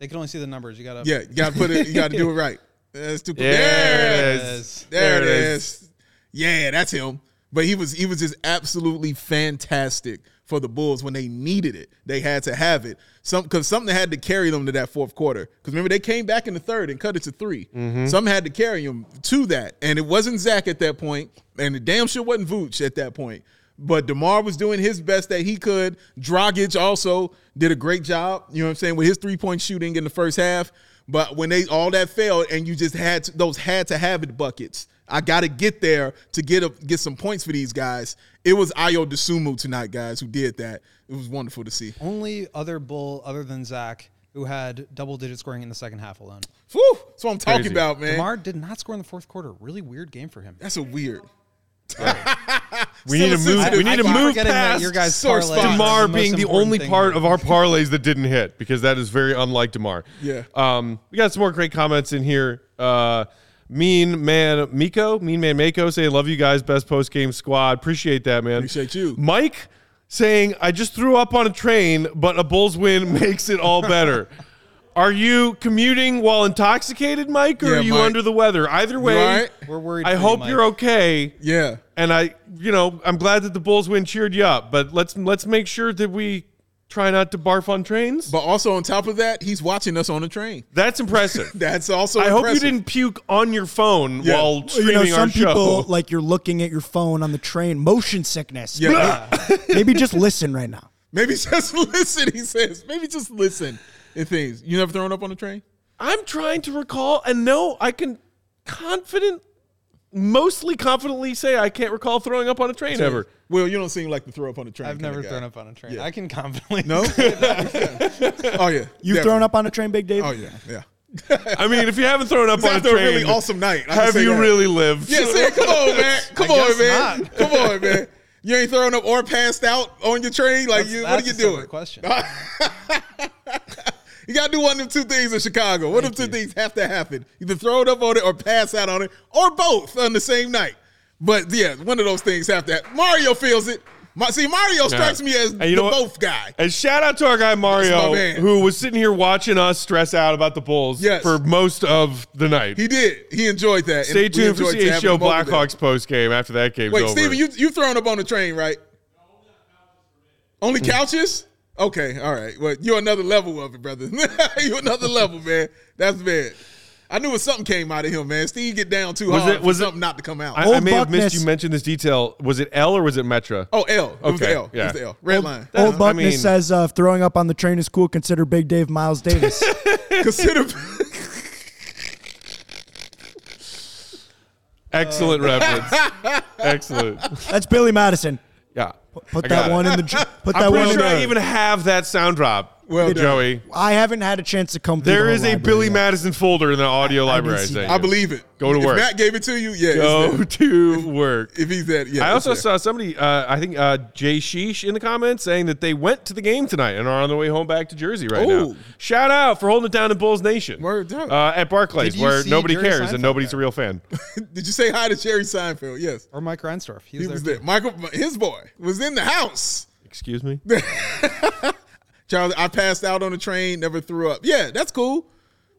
S4: they can only see the numbers you got to
S2: Yeah, you gotta put it. You gotta do it <laughs> right. That's too.
S1: There it
S2: There
S1: is.
S2: it is. There
S1: There
S2: it
S1: it
S2: is. Yeah, that's him. But he was he was just absolutely fantastic for the Bulls when they needed it. They had to have it. Some because something had to carry them to that fourth quarter. Because remember they came back in the third and cut it to 3 Some had to carry them to that, and it wasn't Zach at that point, and it damn sure wasn't Vooch at that point. But DeMar was doing his best that he could. Drogic also did a great job, you know what I'm saying, with his three point shooting in the first half. But when they all that failed and you just had to, those had to have it buckets, I got to get there to get a, get some points for these guys. It was Ayo Desumu tonight, guys, who did that. It was wonderful to see.
S4: Only other bull other than Zach who had double digit scoring in the second half alone.
S2: Whew, that's what I'm talking about, man.
S4: DeMar did not score in the fourth quarter. Really weird game for him.
S2: that's a weird.
S1: <laughs> We need to
S2: Still
S1: move.
S2: sensitive.
S1: We need to
S4: I keep
S1: move
S4: forgetting that
S1: past
S4: your guys'
S1: sore
S4: parlay is
S1: spot.
S4: the
S1: Demar
S4: most
S1: being the
S4: important
S1: only
S4: thing
S1: part
S4: here.
S1: of our parlays that didn't hit because that is very unlike Demar.
S2: Yeah.
S1: Um, we got some more great comments in here. Uh, mean man Miko, Mean man Mako, say love you guys, best post game squad. Appreciate that, man.
S2: Appreciate you.
S1: Mike saying I just threw up on a train, but a Bulls win <laughs> makes it all better. Are you commuting while intoxicated, Mike, or
S2: Yeah,
S1: are you
S2: Mike.
S1: under the weather? Either way,
S2: all right?
S4: We're worried.
S1: I
S4: for you,
S1: hope
S4: Mike.
S1: you're okay
S2: Yeah.
S1: and I, you know, I'm glad that the Bulls win cheered you up, but let's let's make sure that we try not to barf on trains.
S2: But also on top of that, he's watching us on the train.
S1: That's impressive.
S2: <laughs> That's also.
S1: I hope you
S2: impressive.
S1: didn't puke on your phone
S2: Yeah.
S1: while
S5: Well, you
S1: streaming
S5: know, some
S1: our
S5: people
S1: show.
S5: like you're looking at your phone on the train, motion sickness.
S2: <laughs> Yeah.
S5: <laughs> Maybe just listen right now.
S2: Maybe just listen. He says. Maybe just listen. And things. You never thrown up on the train?
S1: I'm trying to recall, and no, I can confident, mostly confidently say I can't recall throwing up on a train ever.
S2: Well, you don't seem like to throw up on the train.
S4: I've
S2: kinda
S4: never
S2: guy.
S4: thrown
S2: <laughs>
S4: up on a train. I can confidently
S2: No. oh yeah.
S5: You've
S2: Definitely.
S5: thrown up on a train, Big Dave?
S2: Oh yeah. Yeah.
S1: I mean, if you haven't thrown up
S2: It's
S1: on a
S2: after
S1: train,
S2: a really awesome night. I can
S1: have
S2: say
S1: you
S2: that.
S1: really lived?
S2: Yeah. Sam, come on, man.
S4: <laughs>
S2: Come
S4: I
S2: on,
S4: guess
S2: man.
S4: not.
S2: <laughs> Come on, man. You ain't thrown up or passed out on your train. Like
S4: That's-
S2: you, what
S4: that's
S2: are you
S4: a separate
S2: doing?
S4: Question.
S2: <laughs> You gotta do one of them two things in Chicago. One of them two things have to happen. Either throw it up on it or pass out on it, or both on the same night. But yeah, one of those things have to happen. Mario feels it. Ma- See, Mario strikes me as
S1: And you
S2: the
S1: know what?
S2: both guy.
S1: And shout out to our guy Mario,
S2: my man.
S1: who was sitting here watching us stress out about the Bulls
S2: Yes.
S1: for most of the night.
S2: He did. He enjoyed that. and
S1: Stay
S2: we
S1: tuned for
S2: enjoyed to
S1: CH
S2: have
S1: Show
S2: him over there.
S1: Blackhawks post game after that game's
S2: Wait,
S1: over.
S2: Steven, you you thrown up on the train, right? Only couches? Okay, all right. Well, you're another level of it, brother. <laughs> you're another level, man. That's bad. I knew when something came out of him, man. Steve get down too
S1: Was
S2: hard
S1: it-
S2: for
S1: was it-
S2: something not to come out.
S1: I, I
S5: Old
S1: may have missed
S5: Buckness-
S1: you mention this detail. Was it L or was it Metra?
S2: oh, L. It was the
S1: Okay,
S2: L. It
S1: yeah.
S2: was the L. Red line.
S1: <laughs>
S2: Oh,
S5: Old
S1: I
S5: Buckness
S1: mean-
S5: says uh, if throwing up on the train is cool, consider Big Dave Miles
S4: <laughs>
S5: Davis.
S2: Consider
S1: Excellent
S2: Uh,
S1: reference.
S2: <laughs>
S1: Excellent.
S5: That's Billy Madison.
S1: Yeah.
S5: Put
S1: I got
S5: that
S1: it.
S5: one
S4: <laughs>
S5: in the. dr- Put that
S1: I'm
S5: one
S1: pretty
S5: in
S1: sure
S5: the.
S1: I even have that sound drop.
S2: Well done.
S1: Joey.
S5: I haven't had a chance to come. through
S1: There
S5: the
S1: is a
S5: whole library
S1: Billy
S5: yet.
S1: Madison folder in the audio library. I,
S5: see
S1: think.
S2: I believe it.
S1: Go to
S2: if
S1: work.
S2: Matt gave it to you, yeah. it's
S1: Go <laughs>
S2: there.
S1: to work.
S2: If he's that, yeah.
S1: I
S2: it's
S1: also
S2: there.
S1: saw somebody, uh, I think uh, Jay Sheesh in the comments saying that they went to the game tonight and are on their way home back to Jersey right now.
S2: Ooh.
S1: Shout out for holding it down in Bulls Nation
S2: Oh. Word up.
S1: Uh, at Barclays,
S4: Did you
S1: where
S4: see
S1: nobody
S4: Jerry
S1: cares
S4: Seinfeld
S1: and nobody's
S4: there?
S1: a real fan.
S2: <laughs> Did you say hi to Jerry Seinfeld? Yes.
S4: Or Mike Reinsdorf. He was,
S2: He was
S4: there.
S2: there. Michael, his boy, was in the house.
S1: Excuse
S2: <laughs>
S1: me.
S2: Charles, I passed out on a train, never threw up. Yeah, that's cool.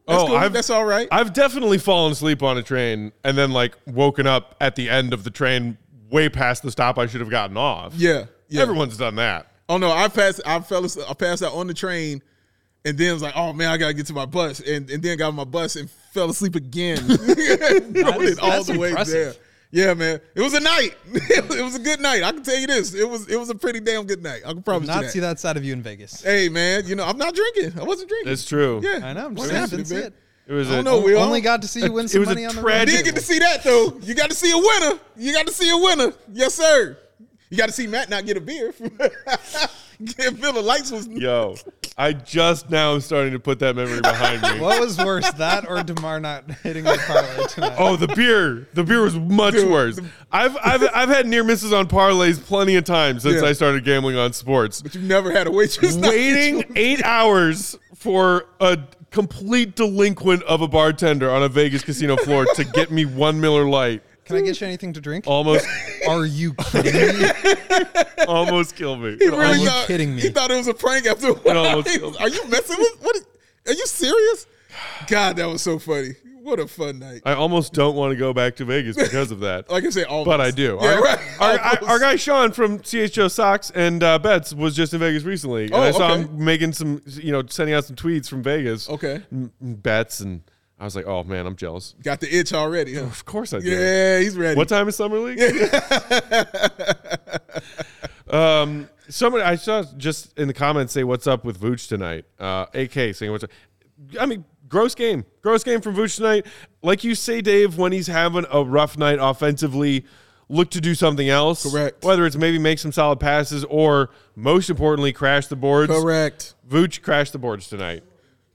S2: That's
S4: Oh,
S2: cool. that's all right.
S1: Oh, I've definitely fallen asleep on a train and then like woken up at the end of the train, way past the stop I should have gotten off.
S2: yeah, yeah.
S1: everyone's done that.
S2: Oh no, I passed. I fell. as- I passed out on the train, and then was like, "Oh man, I gotta get to my bus," and, and then got on my bus and fell
S4: <laughs>
S2: asleep again. <laughs> Rode it all
S4: that's
S2: the way
S4: impressive.
S2: there. Yeah, man, it was a night. <laughs> it was a good night. I can tell you this. It was it was a pretty damn good night. I can promise you
S4: Not
S2: that.
S4: see that side of you in <laughs> Vegas.
S2: Hey man, you know I'm not drinking. I wasn't drinking.
S1: It's true.
S2: Yeah,
S4: I know. I'm just
S2: What
S4: saying, I
S2: happened,
S4: didn't see
S2: man?
S4: it.
S1: It was.
S2: I
S1: a-
S2: don't
S4: Oh,
S2: know. We all-
S4: Only got to <laughs> see you win
S1: it
S4: some
S1: was a
S4: money on the
S1: tragic-
S4: road.
S2: did get to see that though. You got to see a winner. You got to see a winner. Yes, sir. You got to see Matt not get a beer. <laughs> Miller Lights was
S1: <laughs> Yo, I just now am starting to put that memory behind
S2: <laughs>
S4: <laughs>
S1: me.
S4: What was worse, that or Demar not hitting the <laughs> parlay tonight?
S1: Oh, the beer. The beer was much
S2: Dude,
S1: worse.
S2: the-
S1: I've, I've I've had near misses on parlays plenty of times since
S2: Yeah.
S1: I started gambling on sports.
S2: you never had a waitress. <laughs> not-
S1: Waiting eight hours for a complete delinquent of a bartender on a Vegas casino floor to get me one Miller Light
S4: Can I get you anything to drink?
S1: almost
S4: Are you <laughs> kidding me?
S1: almost killed me.
S2: <laughs> He really
S4: Are you
S2: thought-
S4: kidding me?
S2: He thought it was a prank after. a while.
S1: No, it's-
S2: He was, are you messing with? What? Is, are you serious? God, that was so funny. What a fun night.
S1: I almost don't want to go back to Vegas because of that.
S2: Like I say, almost.
S1: but I do.
S2: Yeah,
S1: our,
S2: right.
S1: our, our,
S2: Almost.
S1: our guy Sean from CHO Socks and uh, Bets was just in Vegas recently, and
S2: Oh,
S1: I saw
S2: okay.
S1: him making some, you know, sending out some tweets from Vegas.
S2: Okay.
S1: m- m- Bets and I was like, oh man, I'm jealous.
S2: Got the itch already. Huh?
S1: Of course I do.
S2: Yeah, he's ready.
S1: What time is summer
S2: <laughs>
S1: league? um, somebody I saw just in the comments say, "What's up with Vooch tonight?" Uh, AK saying, "What's up?" I mean, gross game, gross game from Vooch tonight. Like you say, Dave, when he's having a rough night offensively, look to do something else.
S2: Correct.
S1: Whether it's maybe make some solid passes or, most importantly, crash the boards.
S2: Correct.
S1: Vooch crashed the boards tonight.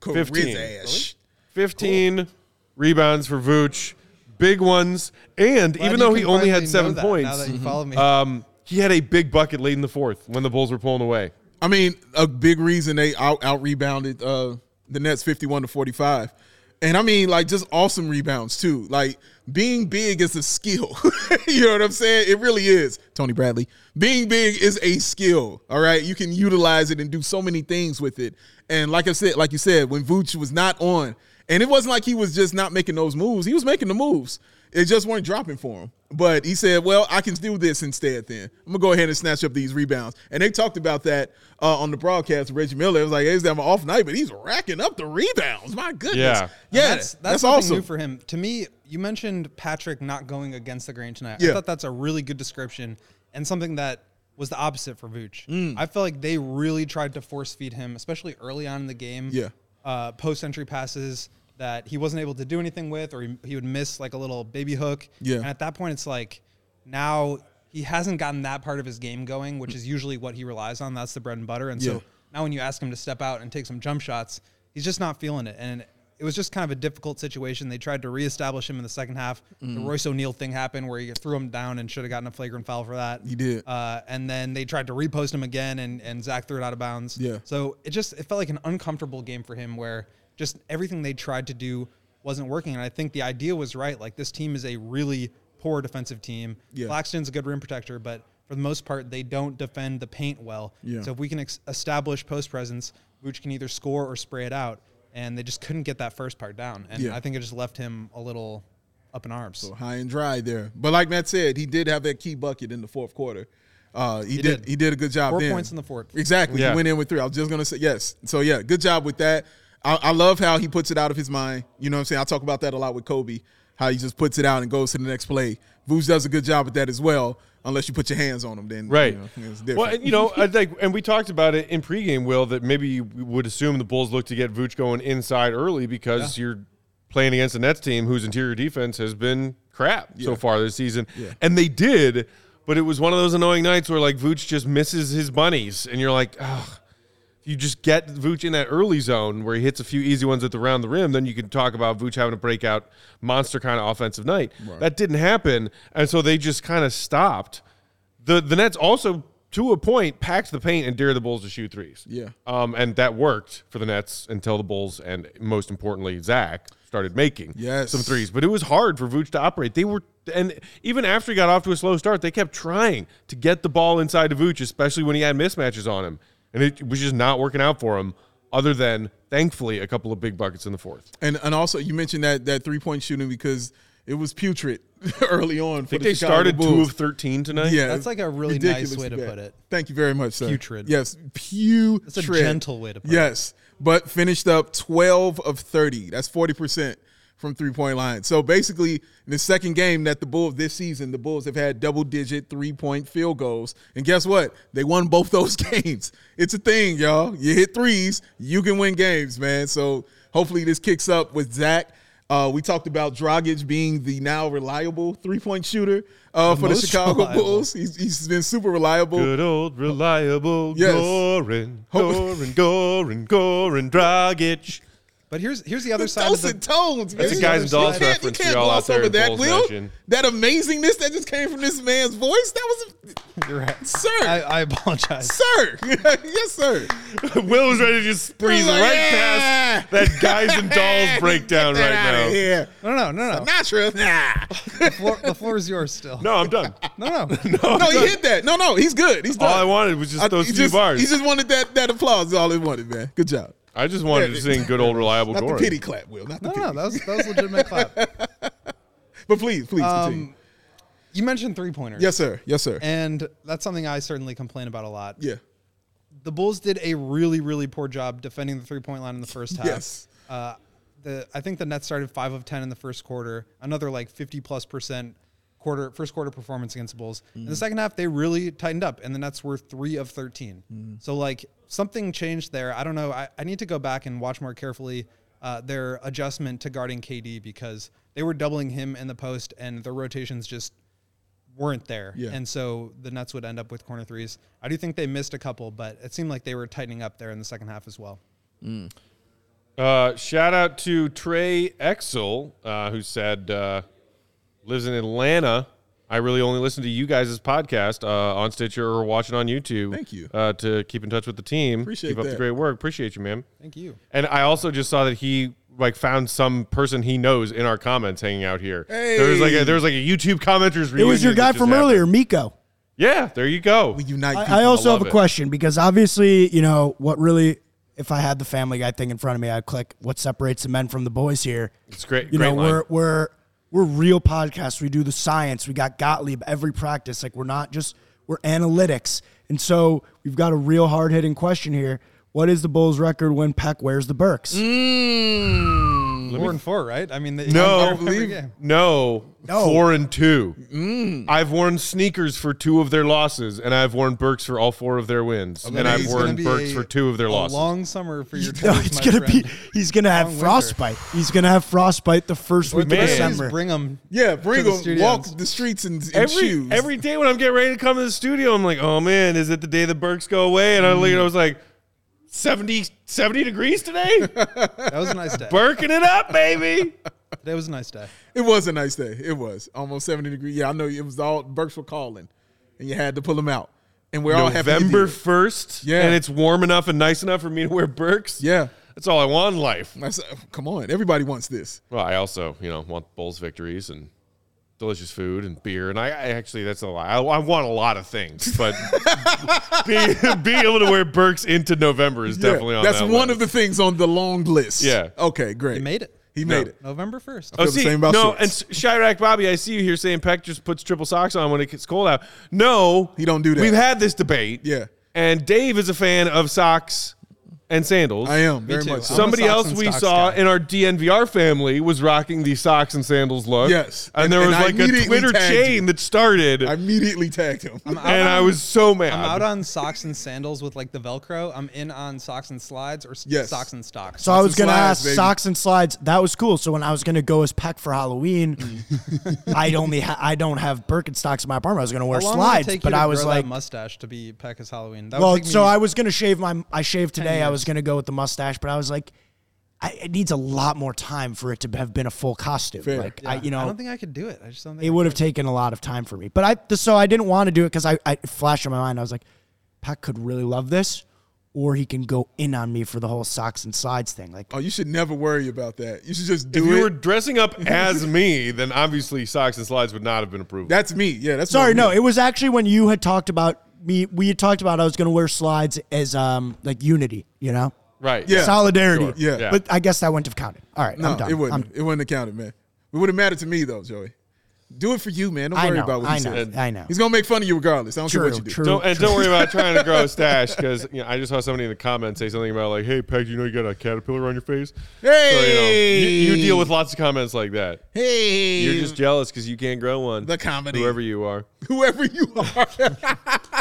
S2: Fifteen.
S1: 15. Fifteen rebounds for Vooch. Big ones, and
S4: Glad
S1: even
S4: you
S1: though he
S4: can
S1: only
S4: finally
S1: had seven
S4: know that
S1: points,
S4: Now that you follow me.
S1: um, he had a big bucket late in the fourth when the Bulls were pulling away.
S2: I mean, a big reason they out out rebounded uh, the Nets fifty one to forty five, and I mean like just awesome rebounds too. Like being big is a skill. <laughs> you know what I'm saying? It really is. Tony Bradley, being big is a skill. All right, you can utilize it and do so many things with it. And like I said, like you said, when Vooch was not on, and it wasn't like he was just not making those moves. He was making the moves. It just weren't dropping for him. But he said, "Well, I can do this instead. Then I'm gonna go ahead and snatch up these rebounds." And they talked about that uh, on the broadcast. Reggie Miller it was like, "Hey, he's having an off night, but he's racking up the rebounds. My goodness,
S1: Yeah.
S2: yeah,
S4: And
S2: that's, that's,
S4: something
S2: awesome."
S4: new for him. To me, you mentioned Patrick not going against the grain tonight.
S2: Yeah.
S4: I thought that's a really good description and something that was the opposite for Vooch.
S2: Mm.
S4: I felt like they really tried to force feed him, especially early on in the game.
S2: Yeah.
S4: Uh, Post entry passes that he wasn't able to do anything with, or he, he would miss like a little baby hook.
S2: Yeah.
S4: And at that point, it's like now he hasn't gotten that part of his game going,
S2: Mm.
S4: which is usually what he relies on. That's the bread and butter. And
S2: Yeah.
S4: so now when you ask him to step out and take some jump shots, he's just not feeling it. And it was just kind of a difficult situation. They tried to reestablish him in the second half.
S2: Mm-hmm.
S4: The Royce O'Neal thing happened where he threw him down and should have gotten a flagrant foul for that. He
S2: did.
S4: Uh, and then they tried to repost him again, and and Zach threw it out of bounds.
S2: Yeah.
S4: So it just it felt like an uncomfortable game for him where just everything they tried to do wasn't working. And I think the idea was right. Like this team is a really poor defensive team.
S2: Yeah.
S4: Claxton's a good rim protector, but for the most part, they don't defend the paint well.
S2: Yeah.
S4: So if we can ex- establish post presence, Vooch can either score or spray it out. And they just couldn't get that first part down. And
S2: Yeah.
S4: I think it just left him a little up in arms.
S2: high and dry there. But like Matt said, he did have that key bucket in the fourth quarter. Uh, he, did,
S4: did.
S2: He did a good job.
S4: Four
S2: then.
S4: points in the fourth.
S2: Exactly.
S1: Yeah.
S2: He went in with three. I was just gonna say yes. So yeah, good job with that. I, I love how he puts it out of his mind. You know what I'm saying? I talk about that a lot with Kobe. How he just puts it out and goes to the next play. Vooch does a good job at that as well. Unless you put your hands on him, then
S1: Right.
S2: You know, it's different.
S1: well, and, you know, I think, and we talked about it in pregame, Will, that maybe you would assume the Bulls look to get Vooch going inside early because you're playing against the Nets team whose interior defense has been crap so far this season. And they did, but it was one of those annoying nights where, like, Vooch just misses his bunnies, and you're like, oh, you just get Vooch in that early zone where he hits a few easy ones at the round the rim, then you can talk about Vooch having a breakout monster kind of offensive night. That didn't happen, and so they just kind of stopped. The the Nets also to a point packed the paint and dared the Bulls to shoot threes.
S2: Yeah.
S1: um, and that worked for the Nets until the Bulls and most importantly Zach started making
S2: Yes.
S1: some threes. But it was hard for Vooch to operate. They were and even after he got off to a slow start, they kept trying to get the ball inside to Vooch, especially when he had mismatches on him. And it was just not working out for him, other than thankfully a couple of big buckets in the fourth.
S2: And and also you mentioned that that three point shooting because it was putrid <laughs> early on.
S1: I think they started two of thirteen tonight.
S2: Yeah,
S4: That's like a really nice way
S2: ridiculously
S4: to
S2: bad.
S4: put it.
S2: Thank you very much, sir.
S4: Putrid.
S2: Yes, putrid.
S4: That's a gentle way to put it.
S2: Yes, but finished up twelve of thirty. That's forty percent from three point line. So basically, in the second game that the Bulls this season, the Bulls have had double digit three point field goals, and guess what? They won both <laughs> those games. It's a thing, y'all. You hit threes, you can win games, man. So hopefully, this kicks up with Zach. Uh, we talked about Dragic being the now reliable three point shooter uh, for the
S4: most
S2: Chicago
S4: reliable.
S2: Bulls. He's, he's been super reliable.
S1: Good old reliable
S2: Yes.
S1: Goran,
S2: Hope-
S1: Goran, Goran, Goran Dragic.
S4: But here's here's the other
S2: The
S4: side of
S2: dulcet
S4: the,
S2: tones, man.
S1: That's a Guys and Dolls
S2: You can't-
S1: reference
S2: You
S1: for
S2: can't
S1: y'all out
S2: gloss
S1: there
S2: over
S1: in
S2: that,
S1: Bulls
S2: Will.
S1: Nation.
S2: That amazingness that just came from this man's voice. That was,
S4: <laughs> You're right.
S2: Sir.
S4: I, I apologize.
S2: a, sir. <laughs> yes, sir.
S1: <laughs> Will was ready to just breeze
S2: Like,
S1: right
S2: yeah.
S1: past that guys
S2: <laughs>
S1: and dolls breakdown
S2: Get
S1: right
S2: outta
S1: now.
S2: here.
S4: No, no, no, no.
S2: Not true. Nah.
S1: <laughs>
S2: <laughs>
S4: The floor, the floor is yours still.
S1: No, I'm done.
S4: no, no.
S2: no, he hit that. No, no, he's good. He's done.
S1: All I wanted was just
S2: I-
S1: those
S2: he
S1: few
S2: just,
S1: bars.
S2: He just wanted that that applause. Is all he wanted, man. Good job.
S1: I just wanted to sing good old reliable
S2: Not the
S1: Goran.
S2: pity clap, Will. Not the
S4: No,
S2: pity.
S4: no, that was that was a legitimate clap.
S2: But please, please <laughs> continue.
S4: Um, you mentioned three pointers.
S2: Yes, sir. Yes, sir.
S4: And that's something I certainly complain about a lot.
S2: yeah.
S4: The Bulls did a really, really poor job defending the three point line in the first half.
S2: Yes.
S4: Uh, the I think the Nets started five of ten in the first quarter. Another like fifty plus percent quarter first quarter performance against the Bulls. In the second half, they really tightened up, and the Nets were three of thirteen. So like something changed there. I don't know. I, I need to go back and watch more carefully uh, their adjustment to guarding KD because they were doubling him in the post, and their rotations just weren't there.
S2: Yeah.
S4: And so the Nets would end up with corner threes. I do think they missed a couple, but it seemed like they were tightening up there in the second half as well.
S1: Uh, shout out to Trey Exel, uh, who said uh, lives in Atlanta. I really only listen to you guys' podcast uh, on Stitcher or watch it on YouTube.
S2: Thank you.
S1: uh, to keep in touch with the team.
S2: Appreciate
S1: keep up
S2: that.
S1: the great work. Appreciate you, man.
S4: Thank you.
S1: And I also just saw that he like found some person he knows in our comments hanging out here.
S2: Hey.
S1: There was like a, there was like a YouTube commenters.
S5: It was your guy
S1: reunion that just
S5: from
S1: happened.
S5: earlier, Miko.
S1: Yeah, there you go.
S2: We unite people.
S5: I, I also have
S1: love
S5: a
S1: it.
S5: question because obviously, you know, what really, if I had the Family Guy thing in front of me, I'd click what separates the men from the boys here.
S1: It's great-
S5: You
S1: great
S5: know,
S1: line.
S5: we're we're we're real podcasts. We do the science. We got Gottlieb every practice. Like we're not just we're analytics. And so we've got a real hard hitting question here. What is the Bulls' record when Peck wears the
S2: <laughs>
S5: Burks?
S4: Four and four, right? I mean, they,
S1: No,
S4: every game.
S1: no,
S5: No.
S1: four and two. I've worn sneakers for two of their losses, and I've worn Burks for all four of their wins, and I've
S4: It's
S1: worn
S4: gonna be
S1: Burks
S4: a-
S1: for two of their
S4: a
S1: losses.
S4: Long summer for
S2: <laughs>
S4: your.
S5: No,
S4: Tories,
S5: it's
S4: my
S5: gonna
S4: friend.
S5: be. He's gonna have
S4: Long winter.
S5: frostbite. He's gonna have frostbite the first week of
S1: Man.
S5: December.
S4: Bring them.
S2: yeah, bring
S4: the
S2: them.
S4: studios.
S2: Walk the streets in, in
S1: every
S2: shoes.
S1: every day when I'm getting ready to come to the studio, I'm like, oh man, is it the day the Burks go away? And I look, and I was like, 70, 70 degrees today,
S4: That was a nice day.
S1: Burking it up, <laughs> baby.
S4: That was a nice day.
S2: It was a nice day. It was almost 70 degrees. Yeah, I know it was all Burks were calling, and you had to pull them out. And we're all happy. you
S1: November
S2: did.
S1: first,
S2: Yeah.
S1: and it's warm enough and nice enough for me to wear Burks.
S2: Yeah.
S1: that's all I want in life.
S2: That's- uh, come on. Everybody wants this.
S1: Well, I also, you know, want Bulls victories and delicious food and beer. And I, I actually, that's a lie. I, I want a lot of things, but <laughs> being, being able to wear Burks into November is
S2: Yeah,
S1: definitely on
S2: That's
S1: that
S2: one
S1: list.
S2: of the things on the long list.
S1: Yeah.
S2: Okay, great.
S4: You made it.
S2: He made it.
S4: November first.
S1: Oh,
S2: feel the
S1: see,
S2: same about
S1: no,
S2: shorts.
S1: and S- Chirac Bobby, I see you here saying Peck just puts triple socks on when it gets cold out. No,
S2: He don't do that.
S1: We've had this debate.
S2: Yeah.
S1: and Dave is a fan of socks and sandals.
S2: I am very
S4: too.
S2: much so.
S4: I'm a
S1: Somebody
S4: socks
S1: else
S4: and
S1: we
S4: stocks
S1: saw
S4: guy.
S1: in our DNVR family was rocking the socks and sandals look.
S2: Yes.
S1: And,
S2: And-
S1: there
S2: and
S1: was
S2: I
S1: like a
S2: immediately
S1: Twitter
S2: tagged
S1: chain
S2: you.
S1: that started.
S2: I immediately tagged him.
S1: and I was so mad.
S4: I'm out on socks and sandals with like the Velcro. I'm in on socks and slides or s-
S2: Yes.
S4: socks and stocks.
S5: So I was
S2: and
S5: gonna
S2: slides,
S5: ask
S2: baby.
S5: socks and slides. That was cool. So when I was gonna go as Peck for Halloween,
S2: Mm.
S5: I'd only ha- I don't have Birkenstocks in my apartment. I was gonna wear
S4: How long
S5: slides,
S4: would it take
S5: but
S4: you to
S5: I was
S4: grow
S5: like,
S4: that mustache to be Pekka's Halloween. That would
S5: well,
S4: take me-
S5: so I was gonna shave my I shaved today. I
S4: years.
S5: was gonna go with the mustache, but I was like, I, it needs a lot more time for it to have been a full costume.
S2: Fair.
S5: Like I, you know,
S4: I don't think I could do it. I just don't think
S5: it would have taken a lot of time for me. But I th- so I didn't want to do it because I, I it flashed in my mind. I was like, Peck could really love this, or he can go in on me for the whole socks and slides thing. Like.
S2: oh, you should never worry about that. You should just do
S1: if you
S2: it.
S1: were dressing
S2: <laughs>
S1: up as me, then obviously socks and slides would not have been approved.
S2: that's me. Yeah, that's
S5: Sorry,
S2: what
S5: no,
S2: we-
S5: it was actually when you had talked about me. We had talked about I was going to wear slides as um like unity, you know,
S1: right.
S2: Yeah.
S5: solidarity.
S1: Sure.
S2: Yeah.
S1: Yeah.
S5: but I guess that wouldn't have counted. All right,
S2: No,
S5: I'm done.
S2: it wouldn't.
S5: I'm-
S2: it wouldn't have counted, man. It would have mattered to me though, Joey. Do it for you, man. Don't
S5: I
S2: worry
S5: know,
S2: about what
S5: I
S2: he
S5: know,
S2: says.
S5: I know.
S2: He's gonna make fun of you regardless. I don't care
S5: True,
S2: what you do.
S5: true.
S1: Don't, and don't worry about trying to grow a
S2: <laughs>
S1: stash because you know, I just saw somebody in the comments say something about like, "Hey, Peg, you know you got a caterpillar on your face." So, you, know, you- you
S2: Hey!
S1: deal with lots of comments like that.
S2: Hey,
S1: You're just jealous because you can't grow one.
S2: The comedy.
S1: whoever you are.
S2: whoever you
S1: <laughs>
S2: are. Tom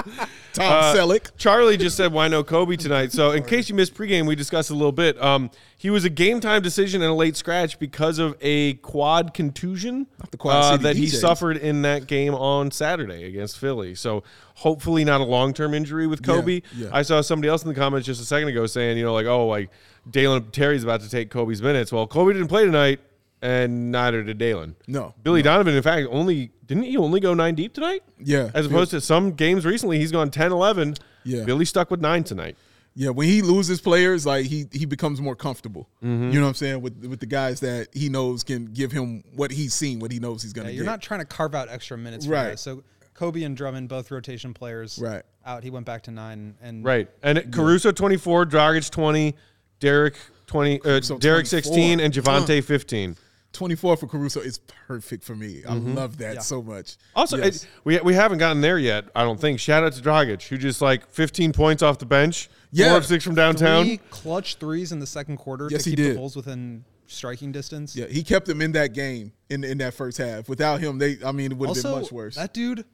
S1: Uh,
S2: Selleck.
S1: Charlie just said, "Why no Kobe tonight?" So, in case you missed pregame, we discussed a little bit. Um, he was a game time decision and a late scratch because of a quad contusion uh,
S2: the Quad City
S1: that he
S2: DJs.
S1: suffered in that game on Saturday against Philly. So, hopefully, not a long term injury with Kobe.
S2: yeah.
S1: I saw somebody else in the comments just a second ago saying, you know, like, oh, like Dalen Terry's about to take Kobe's minutes. Well, Kobe didn't play tonight, and neither did Dalen.
S2: No.
S1: Billy Donovan, in fact, only didn't he only go nine deep tonight?
S2: Yeah.
S1: As opposed to some games recently, he's gone 10, 11.
S2: Yeah.
S1: Billy stuck with nine tonight.
S2: Yeah, when he loses players, like he he becomes more comfortable.
S1: Mm-hmm.
S2: You know what I'm saying with with the guys that he knows can give him what he's seen, what he knows he's gonna
S4: Yeah,
S2: get.
S4: you're not trying to carve out extra minutes,
S2: Right.
S4: For guys. so Kobe and Drummond, both rotation players,
S2: Right.
S4: Out. He went back to nine, and
S1: Right. And Caruso 24, Dragic 20, Derek twenty, uh,
S2: So
S1: Derek sixteen,
S2: 24.
S1: and Javante fifteen.
S2: 24 for Caruso is perfect for me. I love that so much.
S1: Mm-hmm. Also, it-
S2: Yes.
S1: we we haven't gotten there yet. I don't think. Shout out to Dragic, who just like 15 points off the bench,
S2: Yeah.
S1: four of six from downtown.
S4: Three clutch threes in the second quarter
S2: Yes,
S4: to
S2: he
S4: keep the
S2: did.
S4: Bulls within striking distance.
S2: yeah, he kept them in that game in in that first half. Without him, they I mean it would have been
S4: Also,
S2: much worse.
S4: that dude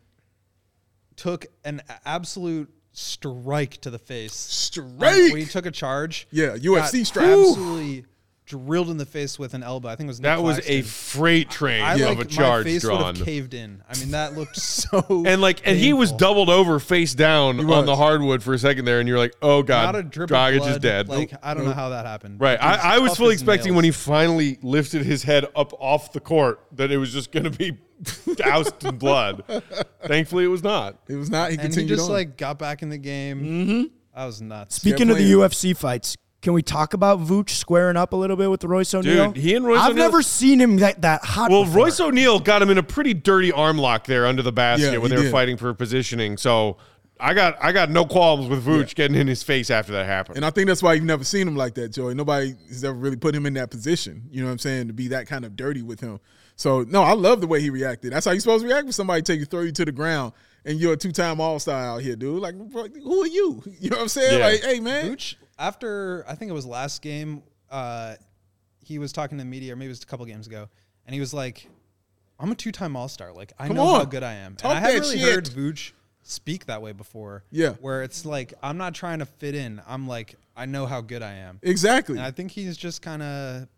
S4: took an a- absolute strike to the face.
S2: Straight.
S4: When he took a charge.
S2: Yeah,
S4: got
S2: UFC strike.
S4: Absolutely drilled in the face with an elbow. I think it was Nick
S1: That was
S4: Claxton.
S1: a freight train
S4: I
S1: of
S4: like,
S1: a charge
S4: my face would
S1: drawn.
S4: have caved in. I mean, that
S1: <laughs>
S4: looked so.
S1: And like, and he was
S4: painful.
S1: doubled over, face down on
S2: was.
S1: the hardwood for a second there, and you're like, "Oh
S4: Not
S1: God,
S4: a drip of
S1: Dragic is
S4: blood.
S1: dead."
S4: Like, I don't know how that happened.
S1: right?
S4: He was
S1: I, I was
S4: tough
S1: fully
S4: as
S1: expecting
S4: nails.
S1: when he finally lifted his head up off the court that it was just going to be <laughs> doused in blood. Thankfully, it was not.
S2: it was not. He
S4: and he
S2: continued
S4: just
S2: on.
S4: like got back in the game. Mm-hmm. That was nuts.
S5: Speaking of the
S2: player.
S5: UFC fights, can we talk about Vooch squaring up a little bit with Royce O'Neal?
S1: he and Royce
S5: I've
S1: O'Neal-
S5: never seen him that, that hot.
S1: Well,
S5: before.
S1: Royce O'Neal got him in a pretty dirty arm lock there under the basket
S2: Yeah,
S1: when
S2: he
S1: they were
S2: did.
S1: fighting for positioning. So I got I got no qualms with Vooch getting in his face after that happened.
S2: and I think that's why you've never seen him like that, Joey. Nobody has ever really put him in that position. You know what I'm saying? To be that kind of dirty with him. So no, I love the way he reacted. That's how you supposed to react when somebody take you, throw you to the ground, and you're a two time All Star out here, dude. Like, bro, who are you? <laughs> You know what I'm saying?
S1: Yeah.
S2: Like, hey man,
S4: Vooch, <laughs> after I think it was last game, uh, he was talking to the media, or maybe it was a couple games ago, and he was like, "I'm a two-time All-Star. Like I
S2: Come
S4: know how
S2: on.
S4: good I am."
S2: Talk
S4: and I haven't
S2: that
S4: really
S2: shit.
S4: heard Vooch speak that way before.
S2: Yeah.
S4: where it's like I'm not trying to fit in. I'm like I know how good I am.
S2: exactly.
S4: And I think he's just kind of,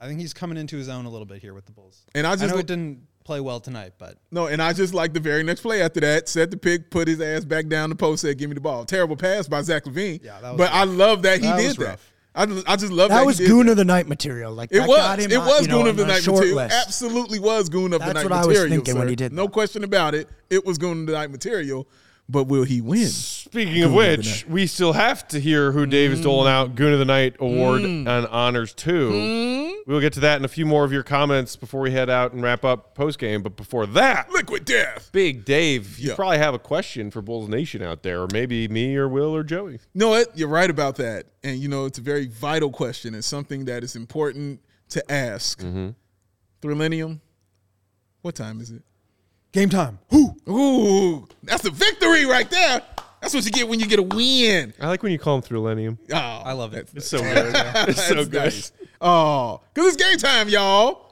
S4: I think he's coming into his own a little bit here with the Bulls.
S2: And I
S4: I
S2: just
S4: know
S2: lo-
S4: it didn't play well tonight, but
S2: No, and I just like the very next play after that. Set the pick, put his ass back down the post, said, "Give me the ball." Terrible pass by Zach Levine.
S4: Yeah, that was
S2: but I
S4: rough.
S2: love that he
S4: That
S2: did
S4: was
S2: that.
S4: rough.
S2: I, just- I just love that,
S5: that
S2: he
S5: was
S2: did
S5: goon
S2: that.
S5: of the night material. Like
S2: It
S5: that got
S2: was.
S5: him
S2: It
S5: on,
S2: was
S5: you know,
S2: goon of
S5: on
S2: the
S5: my
S2: night
S5: short
S2: material.
S5: list.
S2: Absolutely was goon of the
S5: That's
S2: night
S5: what I was
S2: material.
S5: thinking when
S2: sir.
S5: he did
S2: No
S5: that.
S2: question about it. It was goon of the night material. But will he win?
S1: Speaking of which, we still have to hear who Dave is doling out Goon of the Night Award
S4: Hmm.
S1: and honors to. We'll get to that and a few more of your comments before we head out and wrap up post game. But before that,
S2: Liquid death.
S1: Big Dave, you
S2: Yeah.
S1: probably have a question for Bulls Nation out there, or maybe me or Will or Joey.
S2: No, what? You're right about that. And you know, it's a very vital question. It's something that is important to ask.
S4: Mm-hmm.
S2: Thrillennium, what time is it?
S4: game time.
S2: Ooh, that's a victory right there. That's what you get when you get a win.
S1: I like when you call him
S2: <laughs>
S1: Thrillennium.
S2: Oh, I
S4: love it.
S1: It's so weird. <laughs> it's so good.
S2: Oh, because it's game time, y'all.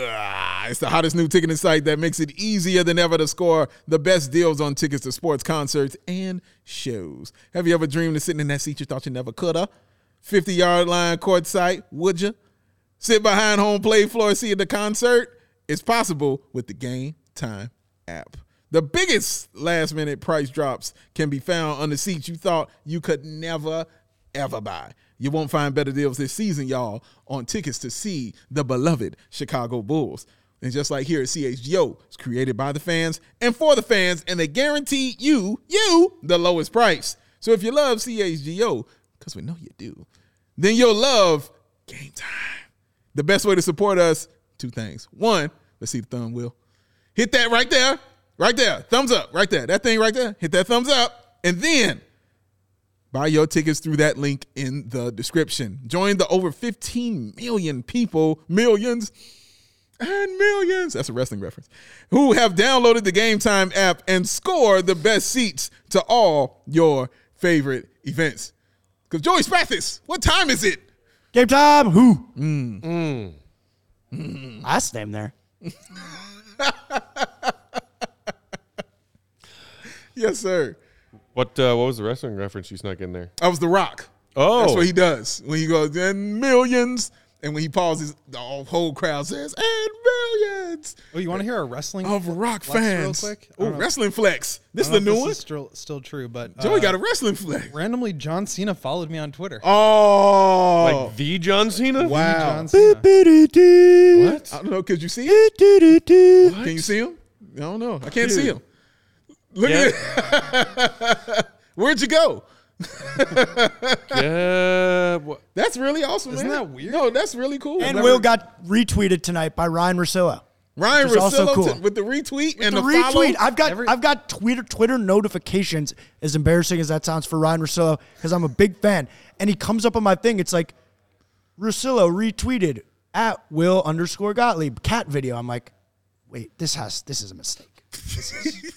S2: Ah, It's the hottest new ticketing site that makes it easier than ever to score the best deals on tickets to sports, concerts, and shows. Have you ever dreamed of sitting in that seat you thought you never coulda? 50 yard line court site, would you? Sit behind home plate floor, see the concert? It's possible with the Game Time app. The biggest last minute price drops can be found on the seats you thought you could never, ever buy. You won't find better deals this season, y'all, on tickets to see the beloved Chicago Bulls. And just like here at CHGO, it's created by the fans and for the fans, and they guarantee you, you, the lowest price. So if you love CHGO, because we know you do, then you'll love game time. The best way to support us, two things. One, let's see the thumb wheel. Hit that right there, right there. Thumbs up, right there. That thing right there. Hit that thumbs up. And then buy your tickets through that link in the description. Join the over 15 million people, millions and millions. That's a wrestling reference. Who have downloaded the Game Time app and score the best seats to all your favorite events. Because Joey Spathis, what time is it?
S5: Game time. Who?
S2: Mm.
S5: Mm. Last name there.
S2: Yes, sir.
S1: What uh, what was the wrestling reference you snuck in there?
S2: That was The Rock.
S1: Oh,
S2: That's what he does when he goes and millions, and when he pauses, the whole crowd says and millions
S4: Oh, you want to hear a wrestling
S2: of
S4: fl-
S2: Rock
S4: flex
S2: fans.
S4: Real quick, I
S2: Oh,
S4: don't know-
S2: wrestling flex. This
S4: I
S2: is
S4: don't
S2: the
S4: know
S2: new
S4: if
S2: one.
S4: This is still, still true, but uh,
S2: Joey got a wrestling flex.
S4: randomly John Cena followed me on Twitter.
S2: Oh,
S1: like the John Cena.
S2: wow!
S4: John Cena.
S1: What?
S2: I don't know. Could you see him? Can you see him? I don't know. I can't see
S1: Dude.
S2: him. Look
S1: Yeah.
S2: at it. Where'd you go?
S1: yeah. wha-
S2: That's really awesome.
S4: Isn't
S2: man.
S4: that weird?
S2: No, that's really cool.
S5: And
S2: Never-
S5: Will got retweeted tonight by Ryan Rosillo.
S2: Ryan
S5: Which is also
S2: Rosillo
S5: cool.
S2: t- with the retweet and
S5: the
S2: the,
S5: retweet.
S2: follow.
S5: I've got
S4: Every-
S5: I've got Twitter Twitter notifications. As embarrassing as that sounds for Ryan Russillo, because I'm a big fan, and he comes up on my thing. It's like Russillo retweeted at Will underscore Gottlieb cat video. I'm like, wait, this has this is a mistake.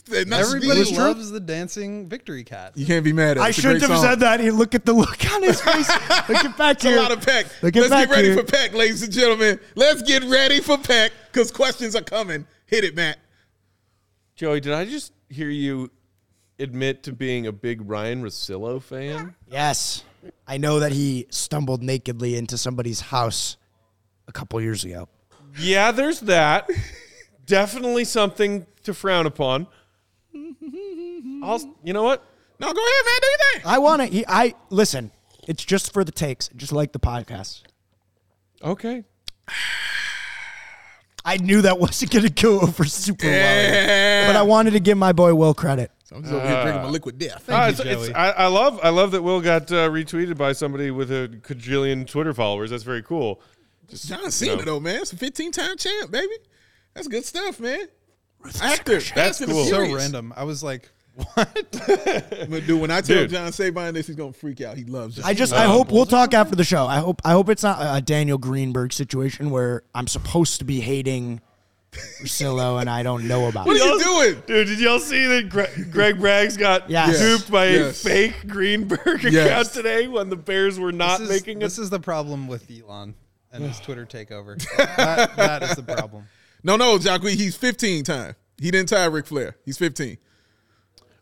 S2: That- that's-
S4: Everybody
S2: that's true.
S4: loves the dancing victory cat.
S2: You can't be mad at. it.
S5: I
S2: It's a
S5: shouldn't
S2: great
S5: have
S2: song.
S5: said that. You look at the look on his
S2: <laughs>
S5: face. look at back
S2: It's
S5: here.
S2: a lot of Peck.
S5: Look at
S2: Let's
S5: back
S2: get ready
S5: here.
S2: for Peck, ladies and gentlemen. Let's get ready for Peck because questions are coming. Hit it, Matt.
S1: Joey, did I just hear you admit to being a big Ryan Rosillo fan?
S5: Yes. I know that he stumbled nakedly into somebody's house a couple years ago.
S1: Yeah, there's that. Definitely something to frown upon. I'll, you know what?
S2: No, go ahead, man. Do your thing.
S5: I want to. He, I listen. It's just for the takes, just like the podcast.
S1: Okay.
S5: I knew that <laughs> wasn't going to go over super
S2: Yeah.
S5: well, but I wanted to give my boy Will credit.
S2: I'm just over here drinking my liquid death.
S1: Ah, it's- it's- I, I love I love that Will got uh, retweeted by somebody with a cajillion Twitter followers. That's very cool.
S2: John Cena,
S1: know.
S2: though, man. It's a 15 time champ, baby. That's good stuff, man. Actor.
S1: That's
S2: Fast and the
S1: cool. So
S4: So
S2: Furious.
S4: random. I was like, <laughs> what?
S2: But dude, when I tell
S1: Dude.
S2: John Sabine this, he's gonna freak out. He loves John.
S5: I just. I hope we'll talk after the show. I hope. I hope it's not a Daniel Greenberg situation where I'm supposed to be hating Priscilla and I don't know about
S2: what
S1: <laughs>
S5: it.
S2: are you doing?
S1: Dude, Uh, did y'all see that Gre- Greg Braggs got <laughs>
S5: Yes.
S1: duped by
S2: Yes.
S1: a fake Greenberg
S2: Yes.
S1: account today when the Bears were not
S4: This is,
S1: making
S4: this
S1: this?
S4: is the problem with Elon and
S1: <sighs>
S4: his Twitter takeover.
S1: <laughs>
S4: that, that is the problem.
S2: No, no, Jacque, he's 15 time. He didn't tie Ric Flair. He's 15.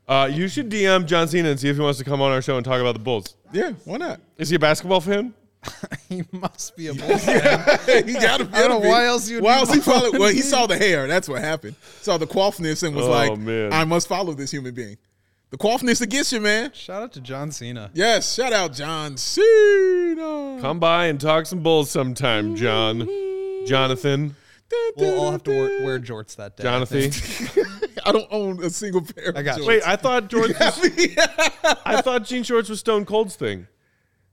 S1: Uh, you should DM John Cena and see if he wants to come on our show and talk about the Bulls.
S2: Yeah, why not?
S1: Is he a basketball fan?
S4: <laughs> He must be a Bulls
S2: <laughs> he got him.
S4: I don't know why else you would
S2: Why
S4: be
S2: else he
S4: following
S2: followed? Well, he saw the hair. That's what happened. Saw the quaffness and was
S1: Oh,
S2: like,
S1: man.
S2: "I must follow this human being." The quaffness against you, man.
S4: <laughs> Shout out to John Cena.
S2: Yes, shout out John Cena.
S1: Come by and talk some Bulls sometime, John. Jonathan.
S4: We'll all have to wear, wear jorts that day. I
S1: Jonathan.
S4: think.
S2: I don't own a single pair. I
S4: got you.
S1: Wait, I thought
S2: <laughs>
S1: George was, I thought Gene Shorts was Stone Cold's thing.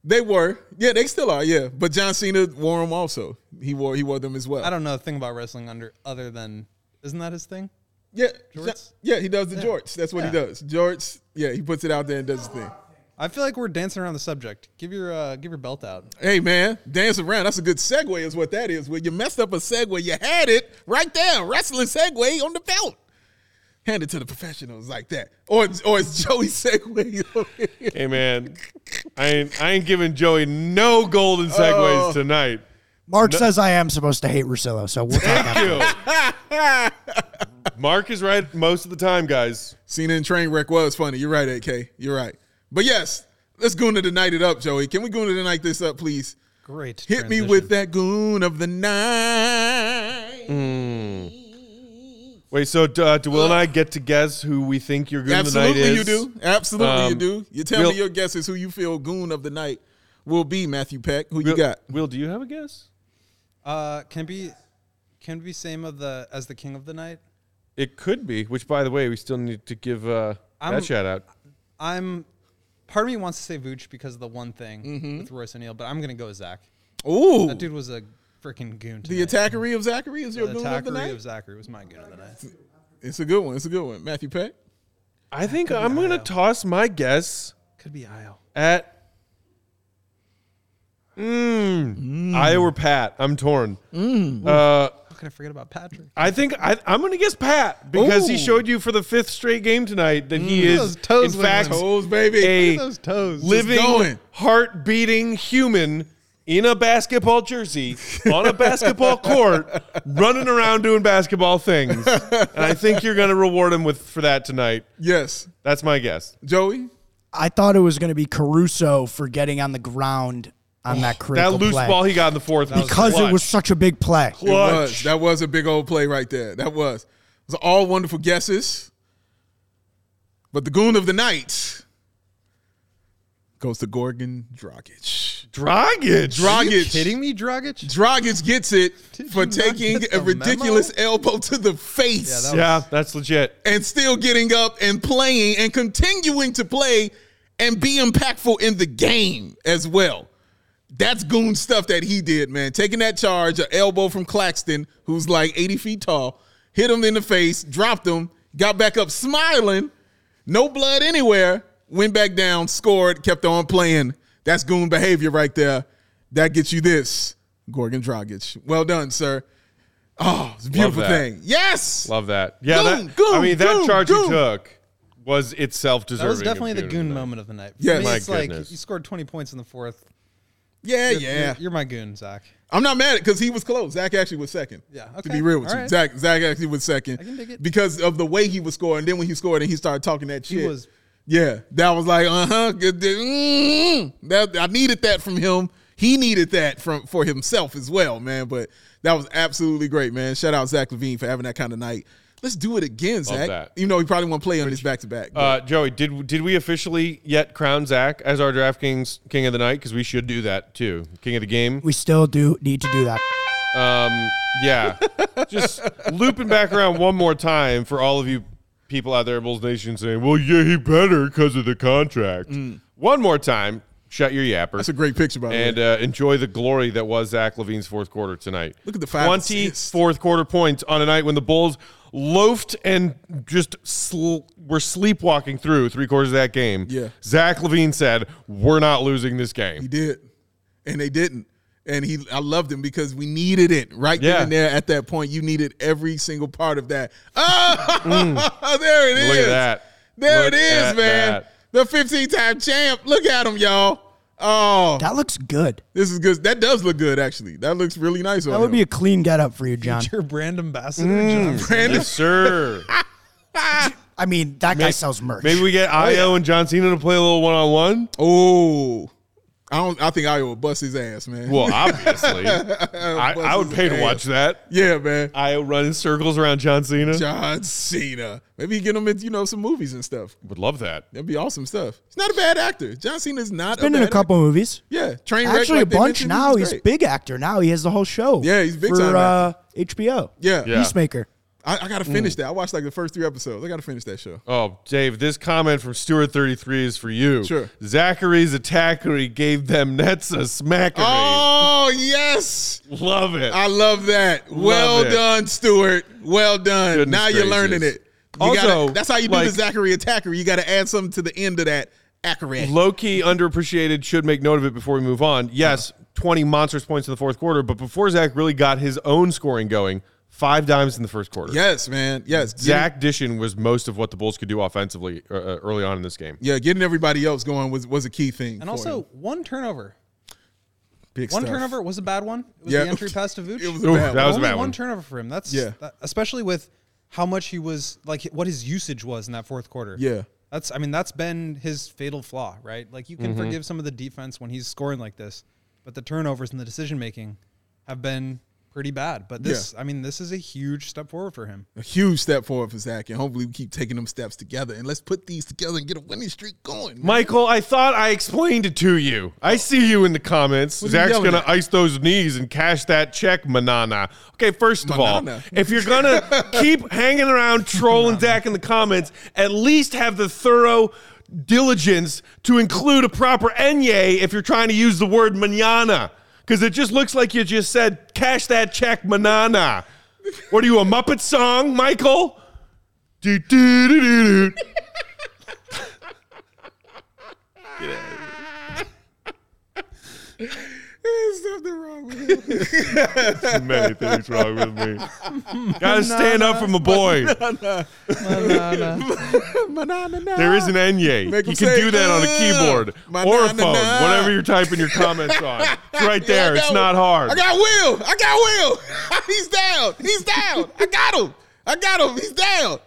S2: They were, yeah, they still are, yeah. But John Cena wore them also. He wore, he wore them as well.
S4: I don't know a thing about wrestling under other than isn't that his thing?
S2: yeah,
S4: Jorts?
S2: yeah, he does the jorts. That's what he does. Jorts, yeah, he puts it out there and does his thing.
S4: I feel like we're dancing around the subject. Give your uh, give your belt out.
S2: Hey man, dance around. That's a good segue, is what that is. Well, you messed up a segue. You had it right there. Wrestling segue on the belt. Hand it to the professionals like that. Or or it's Joey segue. <laughs>
S1: Hey man, I ain't I ain't giving Joey no golden
S2: Oh.
S1: segues tonight.
S5: Mark says I am supposed to hate Russillo, so we'll talk after.
S1: Ew. Mark is right most of the time, guys.
S2: Cena and train wreck was funny. You're right, AK. You're right. But yes, let's goon of the night it up, Joey. Can we goon of the night this up, please?
S4: Great.
S2: Hit me with that goon of the night.
S1: Mm, Wait, so uh, do Will and I get to guess who we think you're going to tonight
S2: Absolutely,
S1: is?
S2: you do. Absolutely, you
S1: Um,
S2: do. You tell
S1: we'll-
S2: me your guesses who you feel goon of the night will be, Matthew Peck. Who you got?
S1: Will, do you have a guess?
S4: Uh, can it be can it be same of the as the king of the night.
S1: It could be. Which, by the way, we still need to give uh,
S4: I'm-
S1: that shout out.
S4: I'm part of me wants to say Vooch because of the one thing
S2: Mm-hmm.
S4: with Royce O'Neal, but I'm gonna go with Zach.
S2: Ooh.
S4: That dude was a freaking goon.
S2: The
S4: Tonight.
S2: attackery of Zachary is your
S4: The
S2: goon of the
S4: attackery
S2: night.
S4: of Zachary was my goon of the night.
S2: it's a good one. It's a good one. Matthew Peck.
S1: I think I'm going to toss my guess
S4: Could be Io.
S1: at mm, Iowa Pat. I'm torn. Uh,
S4: How could I forget about Patrick?
S1: I think I, I'm going to guess Pat because he
S2: Ooh.
S1: showed you for the fifth straight game tonight that Mm. he
S4: Look at
S1: is,
S4: those toes
S1: in
S4: wiggling.
S1: fact,
S2: Toes, baby.
S1: <laughs> a
S4: those toes. Just
S1: living,
S2: going.
S1: heart beating human in a basketball jersey on a basketball court running around doing basketball things. And I think you're going to reward him with for that tonight.
S2: Yes.
S1: That's my guess.
S2: Joey.
S5: I thought it was going to be Caruso for getting on the ground on that
S1: That
S5: critical
S1: loose
S5: play.
S1: ball he got in the fourth was
S5: because it was
S1: clutch.
S5: such a big play.
S2: It
S1: Clutch.
S2: was. That was a big old play right there. That was. It was all wonderful guesses. But the goon of the night goes to Gorgon Dragic.
S1: Dragic.
S2: Dragic.
S4: Kidding me, Dragic?
S2: Dragic gets it
S4: Did
S2: for
S4: you not
S2: taking
S4: get
S2: a
S4: the
S2: ridiculous
S4: memo?
S2: elbow to the face.
S4: that was-
S1: Yeah, that's legit.
S2: and still getting up and playing and continuing to play and be impactful in the game as well. That's goon stuff that he did, man. Taking that charge, an elbow from Claxton, who's like 80 feet tall, hit him in the face, dropped him, got back up smiling, no blood anywhere, went back down, scored, kept on playing. That's goon behavior right there. That gets you this, Gorgon Dragic. Well done, sir. Oh, it's a beautiful
S1: that.
S2: thing. Yes.
S1: Love that. Yeah,
S2: Goon,
S1: that, I
S2: goon,
S1: mean that
S2: goon,
S1: charge
S2: goon.
S1: he took was itself deserving.
S4: That was
S1: of
S4: definitely the
S1: being
S4: goon
S1: in that.
S4: moment of the night. For
S2: Yes.
S4: me,
S2: My
S4: it's like
S1: goodness.
S4: you scored 20 points in the fourth.
S2: Yeah,
S4: You're-
S2: yeah.
S4: You're, you're my goon, Zach.
S2: I'm not mad at because he was close. Zach actually was second.
S4: Yeah,
S2: To
S4: okay.
S2: be real with
S4: All
S2: you,
S4: right.
S2: Zach Zach actually was second
S4: can dig it.
S2: because of the way he was scoring. Then when he scored and he started talking that
S4: He
S2: shit,
S4: was-
S2: yeah, that was like uh huh. mm-hmm. That I needed that from him. He needed that from for himself as well, man. But that was absolutely great, man. Shout out Zach Levine for having that kind of night. Let's do it again, Zach.
S1: that.
S2: You know he probably won't play on this back to back.
S1: Uh, Joey, did did we officially yet crown Zach as our DraftKings King of the Night? Because we should do that too, King of the Game.
S5: We still do need to do that.
S1: Um, <laughs> yeah, just looping back around one more time for all of you people out there at Bulls Nation saying, "Well, yeah, he better because of the contract."
S4: Mm.
S1: One more time, shut your yapper.
S2: That's a great picture, by the
S1: and
S2: way.
S1: uh, enjoy the glory that was Zach Levine's fourth quarter tonight.
S2: Look at the five
S1: twenty
S2: assists.
S1: fourth quarter points on a night when the Bulls loafed and just sl- were sleepwalking through three quarters of that game.
S2: Yeah.
S1: Zach Levine said, "We're not losing this
S2: He
S1: game."
S2: did, and they didn't. And he, I loved him because we needed it right
S1: Yeah.
S2: then and there. At that point, you needed every single part of that. <laughs> Oh, <laughs> there it is.
S1: Mm. Look at that.
S2: There
S1: Look
S2: it is,
S1: at
S2: man.
S1: that.
S2: The 15-time champ. Look at him, y'all. Oh,
S5: That looks good.
S2: this is good. That does look good, actually. That looks really nice.
S5: That would be a clean getup for you, John.
S4: Your brand
S2: Mm.
S4: ambassador, John.
S2: Brandon.
S1: Yes,
S2: <laughs>
S1: sir.
S5: I mean, that guy sells merch.
S1: Maybe we get Io and John Cena to play a little one on one.
S2: Oh, I don't. I think I would bust his ass, man. <laughs>
S1: Well, obviously, I, I would pay to watch that.
S2: yeah, man.
S1: Io running circles around John Cena.
S2: John Cena. Maybe get him into you know some movies and stuff.
S1: Would love that.
S2: That'd be awesome stuff. He's not a bad actor. John Cena's not.
S5: Been in a
S2: bad
S5: couple movies.
S2: Yeah, train wreck,
S5: Actually,
S2: like
S5: a
S2: they
S5: bunch
S2: mentioned,
S5: now.
S2: was
S5: He's a
S2: great.
S5: big actor now. He has the whole show.
S2: Yeah, he's big
S5: for,
S2: time
S5: uh, HBO.
S2: Yeah,
S1: Yeah.
S5: Peacemaker.
S2: I, I gotta finish that. I watched like the first three episodes. I gotta finish that show.
S1: Oh, Dave, this comment from Stuart 33 is for you.
S2: Sure.
S1: Zachary's attackery gave them nets a smackery.
S2: Oh yes,
S1: Love it.
S2: I love that. well
S1: it.
S2: done, Stuart. Well done.
S1: Goodness
S2: now you're
S1: gracious.
S2: learning it. You
S1: Also,
S2: gotta, that's how you do
S1: like-
S2: the Zachary attacker. You gotta add something to the end of that accurate.
S1: Low key underappreciated. Should make note of it before we move on. Yes, 20 monstrous points in the fourth quarter, but before Zach really got his own scoring going, five dimes in the first quarter.
S2: Yes, man. Yes, Get-
S1: Zach Dishin was most of what the Bulls could do offensively uh, uh, early on in this game.
S2: Yeah, getting everybody else going was was a key thing.
S4: And
S2: for
S4: also,
S2: him.
S4: one turnover.
S2: Big
S4: One
S2: stuff.
S4: turnover was a bad one. It was
S2: Yeah.
S4: the entry pass to Vooch.
S2: It was a
S1: Ooh,
S2: bad
S1: that
S2: one.
S1: was a
S4: Only
S1: bad
S4: one,
S1: one.
S4: turnover for him. That's
S2: Yeah.
S4: that- especially with how much he was like what his usage was in that fourth quarter.
S2: Yeah.
S4: That's I mean that's been his fatal flaw, right? Like you can
S1: Mm-hmm.
S4: forgive some of the defense when he's scoring like this, but the turnovers and the decision making have been pretty bad. But this I mean this is a huge step forward for him.
S2: a huge step forward for Zach, and hopefully we keep taking them steps together. And let's put these together and get a winning streak going. man.
S1: Michael, I thought I explained it to you. I see you in the comments.
S2: What are you
S1: Zach's
S2: yelling
S1: gonna
S2: at?
S1: ice those knees and cash that check, Manana. Okay, first of all,
S2: Manana.
S1: if you're
S2: <laughs>
S1: gonna keep hanging around trolling Zach in the comments, at least have the thorough diligence to include a proper enye if you're trying to use the word manana. Because it just looks like you just said, cash that check, Manana. What are you, a Muppet song,
S2: <laughs>
S1: Michael? Do, do, do, do, do.
S2: There's something wrong with him.
S1: many things wrong with me. <laughs> Gotta stand up for my <laughs> boy.
S2: <laughs>
S1: There is an Enye.
S2: Make him
S1: You can
S2: say,
S1: do that on
S2: "Uh,
S1: a keyboard
S2: my
S1: or a
S2: na, na,
S1: phone,
S2: na."
S1: whatever you're typing your <laughs> comments on. It's right there.
S2: Yeah, I
S1: It's
S2: got-
S1: not hard.
S2: I got Will. I got Will. <laughs> He's down. He's down. I got him. I got him. He's down.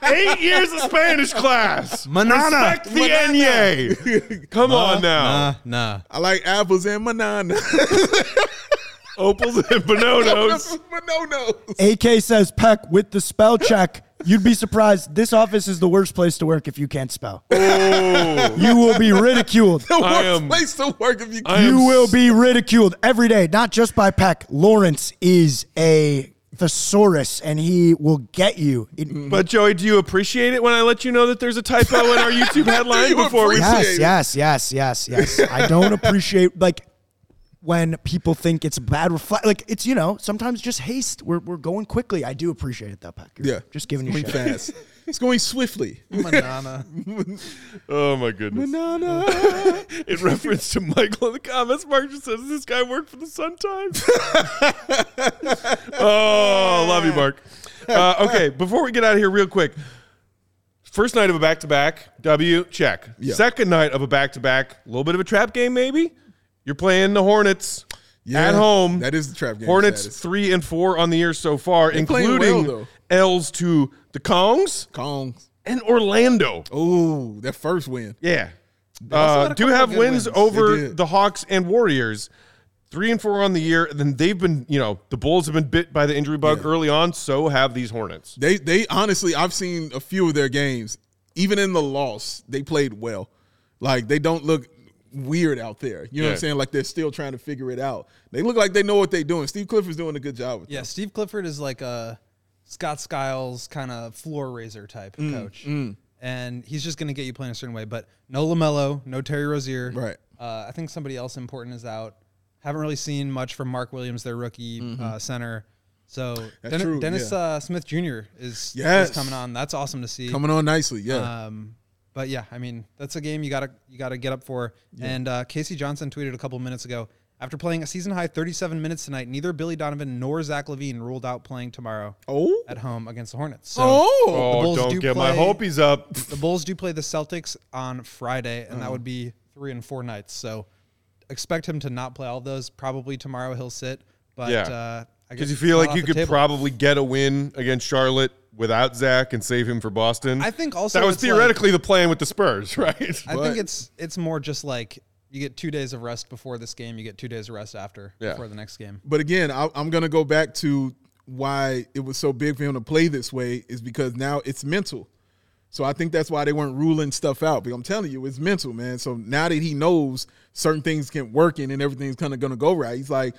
S1: <laughs> Eight years of Spanish class.
S4: Manana.
S1: Respect the Enye. <laughs> Come on now.
S4: nah.
S2: I like apples and banana. <laughs>
S1: Opals and Bonotos.
S2: no no.
S5: AK says Peck with the
S2: <laughs>
S5: spell check. You'd be surprised. This office is the worst place to work if you can't spell. <laughs> You will be ridiculed.
S2: Oh. <laughs> The
S1: I
S2: worst
S1: am-
S2: place to work if you
S1: I am
S5: You will be ridiculed every day, not just by Peck. Lawrence is a thesaurus and he will get you.
S2: Mm-hmm.
S5: It,
S1: But <laughs> Joey, do you appreciate it when I let you know that there's a typo
S2: <laughs>
S1: in our YouTube headline
S2: You
S1: before we?
S2: appreciate-
S5: yes,
S2: Appreciate it.
S5: yes, yes, yes, yes. I don't appreciate like when people think it's a bad reflect. Like it's you know sometimes just haste. We're we're going quickly. I do appreciate it though, Peck. You're
S2: Yeah.
S5: just giving you
S2: Going
S5: shit.
S2: fast. It's going swiftly.
S4: Madonna.
S1: <laughs> Oh my <laughs> goodness!
S2: Banana.
S1: In reference to Michael in the comments, Mark just says, "Does this guy work for the Sun
S2: <laughs>
S1: Times?" oh, love you, Mark. Uh, okay, before we get out of here, real quick. First night of a back to back, W check.
S2: Yeah.
S1: Second night of a back to back, a little bit of a trap game, maybe. You're playing the Hornets
S2: <laughs> Yeah,
S1: at home.
S2: that is the trap game
S1: Hornets
S2: status.
S1: three and four on the year so far,
S2: playing
S1: including
S2: well,
S1: L's to the Kongs
S2: Kongs.
S1: and Orlando.
S2: Ooh, that first win.
S1: Yeah. Uh,
S4: had a
S1: do
S4: couple
S1: have
S4: good
S1: wins,
S4: wins.
S2: They
S1: over
S2: did.
S1: the Hawks and Warriors. Three and four on the year. Then they've been, you know, the Bulls have been bit by the injury bug early on. So have these Hornets.
S2: They they honestly, I've seen a few of their games. Even in the loss, they played well. Like they don't look weird out there. You know
S1: Yeah.
S2: what I'm saying? Like they're still trying to figure it out. They look like they know what they're doing. Steve Clifford's doing a good job with
S4: Yeah, Steve Clifford is like a Scott Skiles kind of floor raiser type
S2: Mm,
S4: of coach, and he's just going to get you playing a certain way. But no Lamelo, no Terry Rozier.
S2: Right.
S4: Uh, I think somebody else important is out. Haven't really seen much from Mark Williams, their rookie uh, center. So Dennis,
S2: Mm-hmm. true,
S4: Dennis
S2: yeah.
S4: uh, Smith Jr. is,
S2: Yes.
S4: is coming on. That's awesome to see.
S2: it. Coming on nicely, yeah.
S4: Um, but yeah, I mean that's a game you gotta you gotta get up for. And uh, Casey Johnson tweeted a couple minutes ago after playing a season high 37 minutes tonight. Neither Billy Donovan nor Zach Levine ruled out playing tomorrow
S2: oh,
S4: at home against the Hornets. So
S2: oh,
S1: Oh,
S4: Bulls
S1: don't
S4: do
S1: get my
S4: play-
S1: Hopies up. <laughs>
S4: the Bulls do play the Celtics on Friday, and
S2: Hmm.
S4: that would be three and four nights. So expect him to not play all of those. Probably tomorrow he'll sit. But
S1: Yeah.
S4: uh, I guess
S1: Because you feel
S4: not
S1: like
S4: off
S1: you
S4: the
S1: could
S4: table.
S1: probably get a win against Charlotte without Zach and save him for Boston.
S4: I think also
S1: that was
S4: it's like-
S1: theoretically the plan with the Spurs, <laughs> right?
S4: I
S2: But-
S4: think it's it's more just like you get two days of rest before this game, you get two days of rest after
S1: Yeah.
S4: before the next game.
S2: But again, I, I'm going to go back to why it was so big for him to play this way is because now it's mental. So I think that's why they weren't ruling stuff out. But I'm telling you, it's mental, man. So now that he knows certain things can work and everything's kind of going to go right, he's like,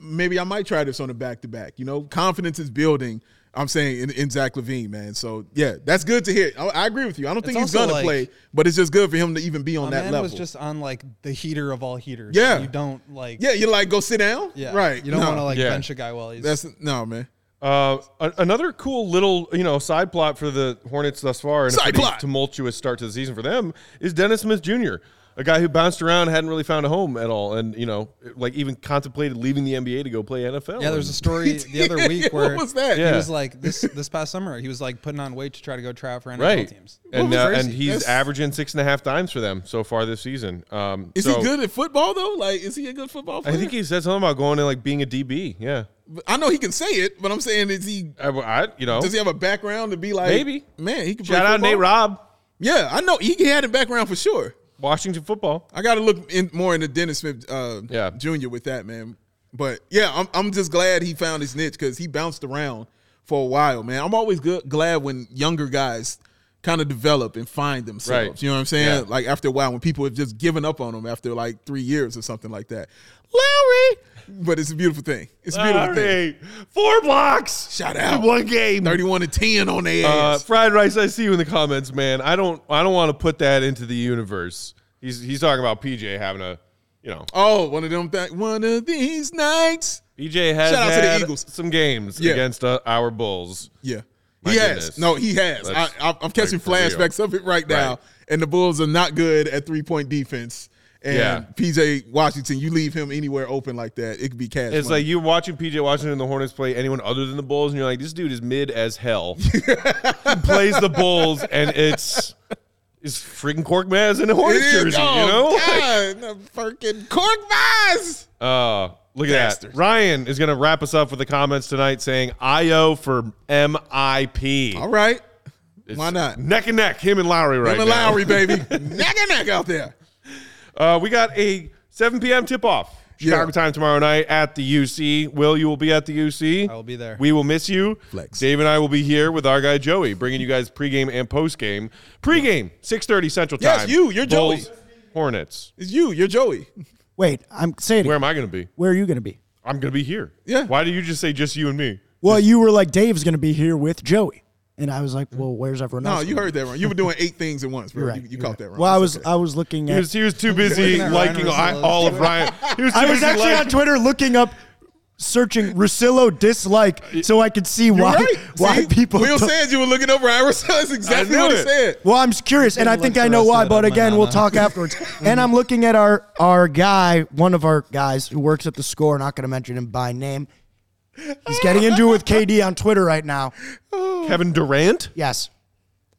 S2: maybe I might try this on a back to back. You know, confidence is building. I'm saying in, in Zach Levine, man. So yeah, that's good to hear. I, I agree with you. I don't think he's
S4: also
S2: gonna
S4: like-
S2: play, but it's just good for him to even be on
S4: My
S2: that
S4: man
S2: level.
S4: was just on like the heater of all heaters.
S2: Yeah.
S4: you don't like.
S2: yeah, you're like go sit down,
S4: yeah.
S2: right?
S4: You don't
S2: No.
S4: want to like
S1: Yeah.
S4: bench a guy while he's.
S2: That's no, man.
S1: Uh, a- another cool little you know side plot for the Hornets thus far, and a
S2: Side
S1: pretty
S2: plot.
S1: tumultuous start to the season for them is Dennis Smith Jr., a guy who bounced around, hadn't really found a home at all, and you know like even contemplated leaving the NBA to go play NFL.
S4: yeah, there
S2: <laughs>
S4: was a story the other week
S2: What
S4: where
S2: was that?
S1: Yeah.
S4: he was like this this past summer he was like putting on weight to try to go try out for NFL
S1: right,
S4: teams.
S1: and
S2: was
S1: uh,
S2: crazy?
S1: and he's
S2: That's-
S1: averaging six and a half dimes for them so far this season. Um,
S2: Is
S1: so
S2: he good at football though? Like, is he a good football player?
S1: I think he said something about going and like being a DB. Yeah,
S2: I know he can say it, but I'm saying, is he?
S1: I, I you know
S2: Does he have a background to be like?
S1: Maybe.
S2: Man, he can. play
S1: shout out
S2: football.
S1: Nate Robb,
S2: Yeah, I know he had a background for sure.
S1: Washington football.
S2: I got to look in, more into Dennis Smith uh,
S1: Yeah.
S2: Jr. with that man. But yeah, I'm I'm just glad he found his niche because he bounced around for a while, man. I'm always good, glad when younger guys kind of develop and find themselves.
S1: Right.
S2: You know what I'm saying?
S1: Yeah.
S2: Like after a while, when people have just given up on them after like three years or something like that. Lowry, but it's a beautiful thing. It's a beautiful thing.
S1: Alright. Four blocks.
S2: Shout
S1: in
S2: out.
S1: one game.
S2: 31 to 10 on their
S1: Uh,
S2: ass.
S1: fried rice, I see you in the comments, man. I don't, I don't want to put that into the universe. He's, he's talking about PJ having a, you know,
S2: oh, one of them things. One of these nights.
S1: PJ has
S2: Shout out to the
S1: had
S2: Eagles.
S1: some games
S2: Yeah.
S1: against uh, our Bulls.
S2: Yeah.
S1: My
S2: he
S1: goodness.
S2: has. No, he has. I,
S1: That's,
S2: I, I'm catching
S1: like, for real.
S2: flashbacks of it right now.
S1: Right.
S2: And the Bulls are not good at three point defense. And
S1: Yeah.
S2: PJ Washington, you leave him anywhere open like that, it could be cash.
S1: It's
S2: money.
S1: like you're watching PJ Washington and the Hornets play anyone other than the Bulls, and you're like, this dude is mid as <laughs> hell. he plays the Bulls, and it's it's freaking Cork Maz in a Hornets
S2: It is-
S1: jersey,
S2: oh,
S1: you know?
S2: God, the freaking cork vibes.
S1: Uh, look at
S2: Bastards.
S1: that. Ryan is going to wrap us up with the comments tonight saying IO for MIP.
S2: All right.
S1: It's
S2: Why not?
S1: Neck and neck, him and Lowry right
S2: Him and
S1: now. <laughs>
S2: Lowry, baby. neck and neck out there.
S1: Uh, we got a 7 p.m. tip off. Chicago
S2: Yeah.
S1: time tomorrow night at the UC. Will, you will be at the UC.
S4: I will be there.
S1: We will miss you.
S2: Flex.
S1: Dave and I will be here with our guy Joey, bringing you guys pregame and postgame. Pregame, 6.30 Central
S2: Yes,
S1: Time.
S2: you, you're Joey.
S1: Bulls, Hornets.
S2: It's you. You're Joey.
S5: Wait, I'm saying
S1: Where am I going to be?
S5: where are you going to be?
S1: I'm going to be here.
S2: Yeah.
S1: Why do you just say just you and me?
S5: Well, you were like, Dave's going to be here with Joey. And I was like, well, where's everyone
S2: Mm-hmm. No,
S5: else?
S2: you heard that wrong. You were doing eight things at once, bro.
S5: You're right.
S2: you you
S5: you're
S2: caught
S5: right.
S2: that wrong.
S5: Well, I
S2: It's
S5: was,
S2: okay.
S5: I was looking
S1: He
S5: at.
S1: was, he was too busy
S4: Looking at
S1: liking
S4: Ryan
S1: I, all of Ryan. He was too
S5: I was
S1: busy
S5: actually on
S1: liking-
S5: Twitter looking up, searching Russillo dislike so I could see why
S2: Right.
S5: why
S2: See?
S5: people. <laughs>
S2: Will
S5: don't-
S2: said you were looking over Iris. <laughs> That's exactly
S1: knew
S2: what he
S1: it.
S2: said.
S5: Well, I'm just curious, and I
S4: Didn't
S5: think
S4: like
S5: I
S4: the
S5: know
S4: rest
S5: why.
S4: of it
S5: But
S4: on
S5: again, we'll
S4: Manana.
S5: talk afterwards. and I'm looking at our our guy, one of our guys who works at the score. Not going to mention him by name. He's getting into it with KD on Twitter right now.
S1: Kevin Durant.
S5: Yes,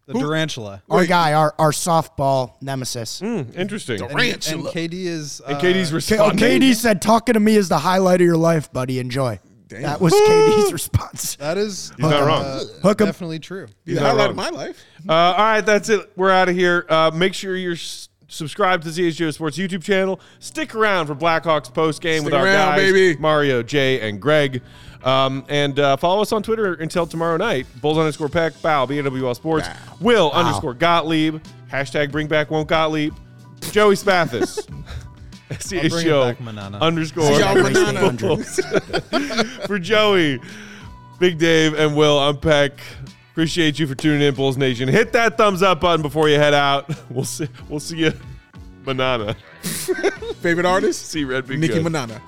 S4: The tarantula.
S5: our guy, our our softball nemesis.
S1: Interesting.
S4: And, and KD is. Uh,
S1: And Katie's
S5: K- oh,
S1: responding.
S5: KD said, "Talking to me is the highlight of your life, buddy. Enjoy." That was KD's response.
S4: That is. uh,
S1: He's not wrong.
S5: Hook 'em.
S4: definitely true.
S2: He's the
S1: not
S2: highlight of my
S1: wrong.
S2: life.
S1: Uh, all right, that's it. We're out of here. Uh, make sure you're s- subscribed to CHGO Sports YouTube channel. Stick around for Blackhawks post game with
S2: Stick
S1: our
S2: around,
S1: guys
S2: baby.
S1: Mario, Jay, and Greg. Um, and uh, follow us on Twitter until tomorrow night. Bulls underscore Peck, Bow, BWL Sports, Will underscore Gottlieb, hashtag Bring Back Won't Gottlieb, Joey
S2: <laughs>
S1: Spathis. <laughs>
S4: bring it
S1: CHGO
S4: back, Manana.
S1: underscore
S2: Y'all
S5: Race
S2: banana.
S5: the 100.
S1: for Joey, Big Dave, and Will. I'm Peck. Appreciate you for tuning in, Bulls Nation. Hit that thumbs up button before you head out. <laughs> We'll see. We'll see you, Banana.
S2: <laughs> Favorite artist?
S1: See you, Red Big
S2: Nicki
S1: Good.
S2: Minaj.